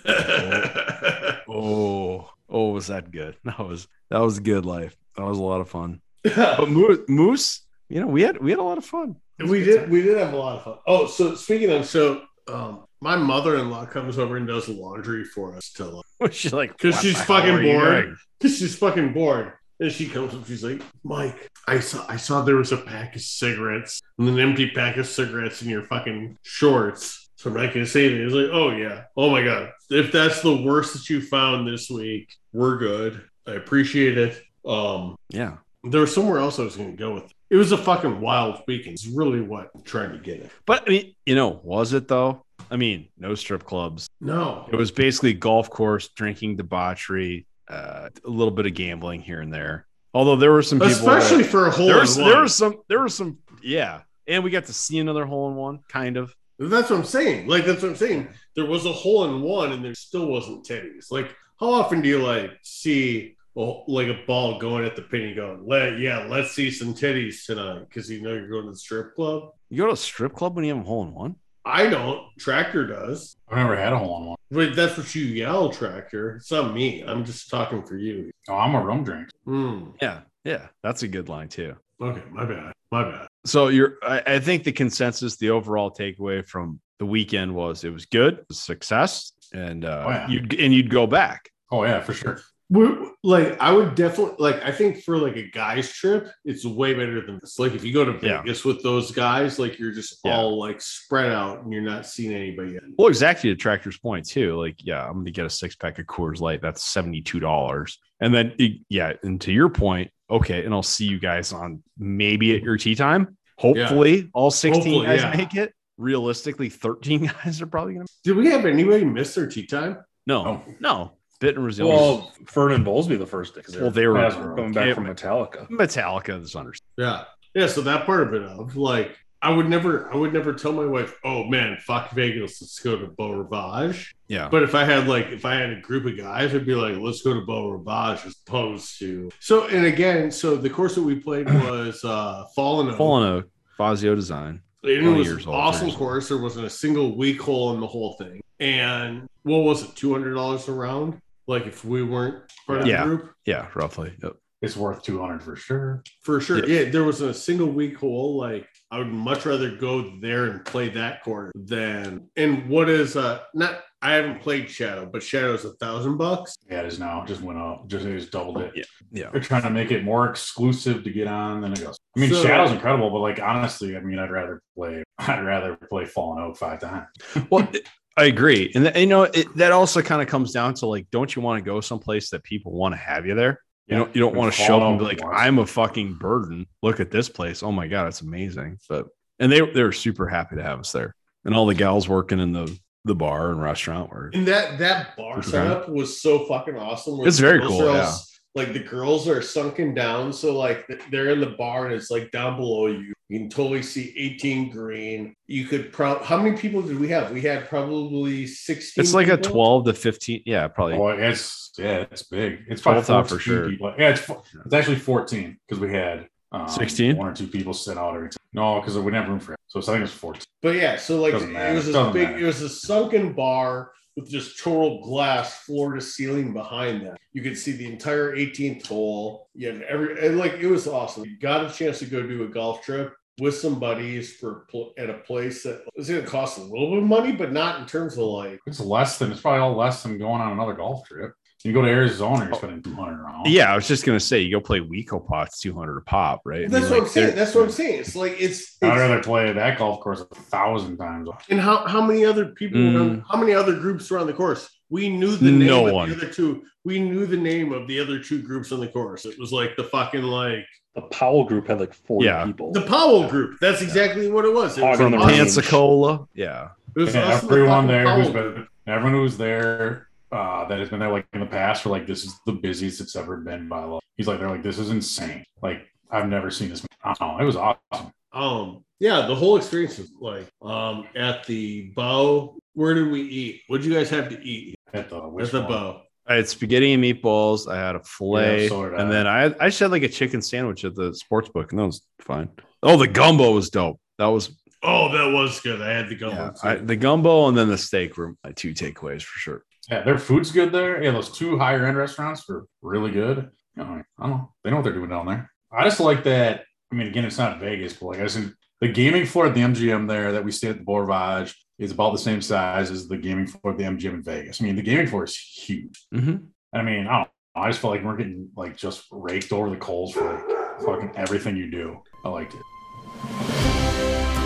[SPEAKER 3] Oh, oh, was that good? *laughs* That was that was good life. That was a lot of fun. But Moose, Moose you know, we had we had a lot of fun. *laughs*
[SPEAKER 1] we did we did have a lot of fun oh so speaking of so um my mother-in-law comes over and does laundry for us till
[SPEAKER 3] She's like,
[SPEAKER 1] because
[SPEAKER 3] "What
[SPEAKER 1] she's
[SPEAKER 3] the hell
[SPEAKER 1] fucking
[SPEAKER 3] are you
[SPEAKER 1] bored
[SPEAKER 3] doing?"
[SPEAKER 1] because *laughs* she's fucking bored and she comes up she's like mike i saw i saw there was a pack of cigarettes and an empty pack of cigarettes in your fucking shorts so i'm not gonna say anything it's like oh yeah oh my god if that's the worst that you found this week we're good i appreciate it um
[SPEAKER 3] Yeah.
[SPEAKER 1] there was somewhere else I was going to go with. It was a fucking wild weekend. It's really what I'm trying to get at.
[SPEAKER 3] But I mean, you know, was it though? I mean, no strip clubs.
[SPEAKER 1] No.
[SPEAKER 3] It was basically golf course, drinking, debauchery, uh, a little bit of gambling here and there. Although there were some people that-
[SPEAKER 1] Especially for a whole
[SPEAKER 3] there was
[SPEAKER 1] in one.
[SPEAKER 3] there was some there was some yeah And we got to see another hole in one, kind of.
[SPEAKER 1] That's what I'm saying. Like that's what I'm saying. There was a hole in one, and there still wasn't teddies. Like how often do you like see well, like a ball going at the pin? You go, let yeah, let's see some teddies tonight because you know you're going to the strip club.
[SPEAKER 3] You go to a strip club when you have a hole in one?
[SPEAKER 1] I don't. Tractor does,
[SPEAKER 2] I've never had a hole in one.
[SPEAKER 1] but that's what you yell, Tractor. It's not me. I'm just talking for you.
[SPEAKER 2] Oh, I'm a rum drink.
[SPEAKER 1] Hmm.
[SPEAKER 3] Yeah. Yeah. That's a good line, too.
[SPEAKER 1] Okay, my bad. My bad.
[SPEAKER 3] So you're I, I think the consensus, the overall takeaway from the weekend was it was good, it was success, and uh
[SPEAKER 2] Oh, yeah.
[SPEAKER 3] you'd and you'd go back.
[SPEAKER 2] Oh yeah, for sure.
[SPEAKER 1] we like I would definitely like I think for like a guys trip, it's way better than this. Like if you go to
[SPEAKER 3] Yeah.
[SPEAKER 1] Vegas with those guys, like you're just
[SPEAKER 3] Yeah.
[SPEAKER 1] all like spread out and you're not seeing anybody yet.
[SPEAKER 3] Well, exactly to Tractor's point too. Like, yeah, I'm gonna get a six pack of Coors Light. That's seventy two dollars, and then it- yeah, and to your point, okay, and I'll see you guys on maybe at your tea time. Hopefully, all sixteen
[SPEAKER 1] Hopefully,
[SPEAKER 3] guys
[SPEAKER 1] yeah.
[SPEAKER 3] make it. Realistically, thirteen *laughs* guys are probably gonna.
[SPEAKER 1] Did we have anybody miss their tea time?
[SPEAKER 3] No,
[SPEAKER 2] Oh,
[SPEAKER 3] no, Bitten Resilience. Well,
[SPEAKER 4] Well, Vernon Bowlesby the first day. 'cause they're
[SPEAKER 3] they
[SPEAKER 2] that's
[SPEAKER 3] were
[SPEAKER 2] wrong.
[SPEAKER 4] coming back
[SPEAKER 3] it-
[SPEAKER 4] from Metallica.
[SPEAKER 3] Metallica. This under
[SPEAKER 1] Yeah. Yeah. So that part of it of like I would never I would never tell my wife, oh man, fuck Vegas, let's go to Beau Rivage.
[SPEAKER 3] yeah.
[SPEAKER 1] But if I had like if I had a group of guys, I'd be like, let's go to Beau Rivage as opposed to so and again, so the course that we
[SPEAKER 3] *clears throat*
[SPEAKER 1] played was uh Fallen Oak.
[SPEAKER 3] Fallen Oak, Fazio Design.
[SPEAKER 1] And it
[SPEAKER 3] 20
[SPEAKER 1] was
[SPEAKER 3] years
[SPEAKER 1] years
[SPEAKER 3] old,
[SPEAKER 1] awesome
[SPEAKER 3] 30 years old.
[SPEAKER 1] course. There wasn't a single weak hole in the whole thing. And what was it, two hundred dollars a round? Like if we weren't part
[SPEAKER 3] Yeah.
[SPEAKER 1] of the group?
[SPEAKER 3] Yeah, roughly. Yep.
[SPEAKER 2] it's worth two hundred for sure.
[SPEAKER 1] For sure. Yeah. there wasn't a single weak hole. Like I would much rather go there and play that course than and what is uh not I haven't played Shadow, but Shadow's a thousand bucks.
[SPEAKER 2] Yeah, it is now. Just went up. Just it just doubled it.
[SPEAKER 3] Yeah, yeah.
[SPEAKER 2] They're trying to make it more exclusive to get on than it goes. I mean,
[SPEAKER 1] So-
[SPEAKER 2] Shadow's incredible, but like honestly, I mean, I'd rather play. *laughs* I'd rather play Fallen Oak five times.
[SPEAKER 3] Well, I agree, and th- you know it, that also kind of comes down to like, don't you want to go someplace that people want to have you there? You don't. You don't
[SPEAKER 2] And
[SPEAKER 3] want to
[SPEAKER 2] Fallen
[SPEAKER 3] show them
[SPEAKER 2] Oak
[SPEAKER 3] be like,
[SPEAKER 2] wants-
[SPEAKER 3] I'm a fucking burden. Look at this place. Oh my god, it's amazing. But and they they were super happy to have us there, and all the gals working in the the bar and restaurant were.
[SPEAKER 1] And that that bar
[SPEAKER 3] Okay.
[SPEAKER 1] setup was so fucking awesome. where
[SPEAKER 3] It's
[SPEAKER 1] the
[SPEAKER 3] very
[SPEAKER 1] girls
[SPEAKER 3] cool,
[SPEAKER 1] are all-
[SPEAKER 3] yeah.
[SPEAKER 1] Like the girls are sunken down, so like th- they're in the bar and it's like down below you. You can totally see 18 green. You could probably how many people did we have? We had probably 16.
[SPEAKER 3] It's like a
[SPEAKER 1] people.
[SPEAKER 3] 12 to 15. Yeah, probably.
[SPEAKER 2] Boy, Oh, it's yeah, it's big. It's
[SPEAKER 3] Twelve
[SPEAKER 2] probably
[SPEAKER 3] top for
[SPEAKER 2] 14
[SPEAKER 3] sure.
[SPEAKER 2] People. Yeah, it's fo- it's actually fourteen because we had um,
[SPEAKER 3] 16?
[SPEAKER 2] one or two people sit out every time. No, because we didn't have room for it. So I think it's fourteen.
[SPEAKER 1] But yeah, so like
[SPEAKER 2] Doesn't
[SPEAKER 1] it
[SPEAKER 2] matter.
[SPEAKER 1] was a
[SPEAKER 2] Doesn't
[SPEAKER 1] big,
[SPEAKER 2] matter.
[SPEAKER 1] it was a sunken bar with just total glass floor to ceiling behind that. You could see the entire 18th hole. You had every and like it was awesome. You got a chance to go do a golf trip with some buddies for pl- at a place that was going to cost a little bit of money, but not in terms of like
[SPEAKER 2] It's less than. It's probably all less than going on another golf trip. You go to Arizona, you're spending two hundred rounds.
[SPEAKER 3] Oh. Yeah, I was just gonna say, you go play Wico pots 200 a pop, right? I
[SPEAKER 1] that's
[SPEAKER 3] mean,
[SPEAKER 1] what
[SPEAKER 3] like,
[SPEAKER 1] I'm saying.
[SPEAKER 3] they're-
[SPEAKER 1] That's what I'm saying. It's like it's,
[SPEAKER 2] I'd
[SPEAKER 1] it's
[SPEAKER 2] rather play that golf course a thousand times.
[SPEAKER 1] and how how many other people were on- how many other groups were on the course? We knew the name
[SPEAKER 3] Hmm. No
[SPEAKER 1] of
[SPEAKER 3] one.
[SPEAKER 1] the other two. We knew the name of the other two groups on the course. It was like the fucking like
[SPEAKER 4] The Powell group had like 40
[SPEAKER 3] Yeah.
[SPEAKER 4] people.
[SPEAKER 1] The Powell Group. That's exactly what it was. It was
[SPEAKER 3] From
[SPEAKER 4] Hog on
[SPEAKER 1] us-
[SPEAKER 4] the range.
[SPEAKER 3] Pensacola. Yeah.
[SPEAKER 1] It was
[SPEAKER 2] Yeah,
[SPEAKER 1] us and the fucking
[SPEAKER 2] everyone there who's
[SPEAKER 1] Powell Group.
[SPEAKER 2] been, everyone who's there uh, that has been there like in the past, for like, this is the busiest it's ever been by law. He's like, they're like, this is insane. Like, I've never seen this. I don't know. It was awesome.
[SPEAKER 1] Um, yeah, the whole experience was like um at the bow. Where did we eat? What did you guys have to eat?
[SPEAKER 2] At the
[SPEAKER 1] At
[SPEAKER 2] which
[SPEAKER 1] the
[SPEAKER 2] one?
[SPEAKER 1] bow.
[SPEAKER 3] I had spaghetti and meatballs. I had a fillet,
[SPEAKER 2] Yeah, so did I.
[SPEAKER 3] and then I I just had like a chicken sandwich at the sports book, and that was fine. Oh, the gumbo was dope. That was
[SPEAKER 1] Oh, that was good. I had the gumbo.
[SPEAKER 3] yeah,
[SPEAKER 1] too.
[SPEAKER 3] I, the gumbo, and then the steak were my two takeaways for sure.
[SPEAKER 2] Yeah, their food's good there. Yeah, those two higher end restaurants were really good. I don't know. I don't know. They know what they're doing down there. I just like that. I mean, again, it's not Vegas, but like I said, the gaming floor at the MGM there that we stayed at the Boulevard is about the same size as the gaming floor at the MGM in Vegas. I mean, the gaming floor is huge.
[SPEAKER 3] Mhm.
[SPEAKER 2] I mean, I don't know. I just felt like we're getting like just raked over the coals for like, fucking everything you do. I liked it.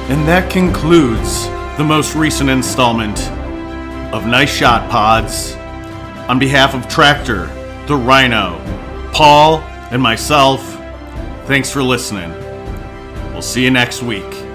[SPEAKER 5] And that concludes the most recent installment of Nice Shot Pods. On behalf of Tractor, the Rhino, Paul, and myself, thanks for listening. We'll see you next week.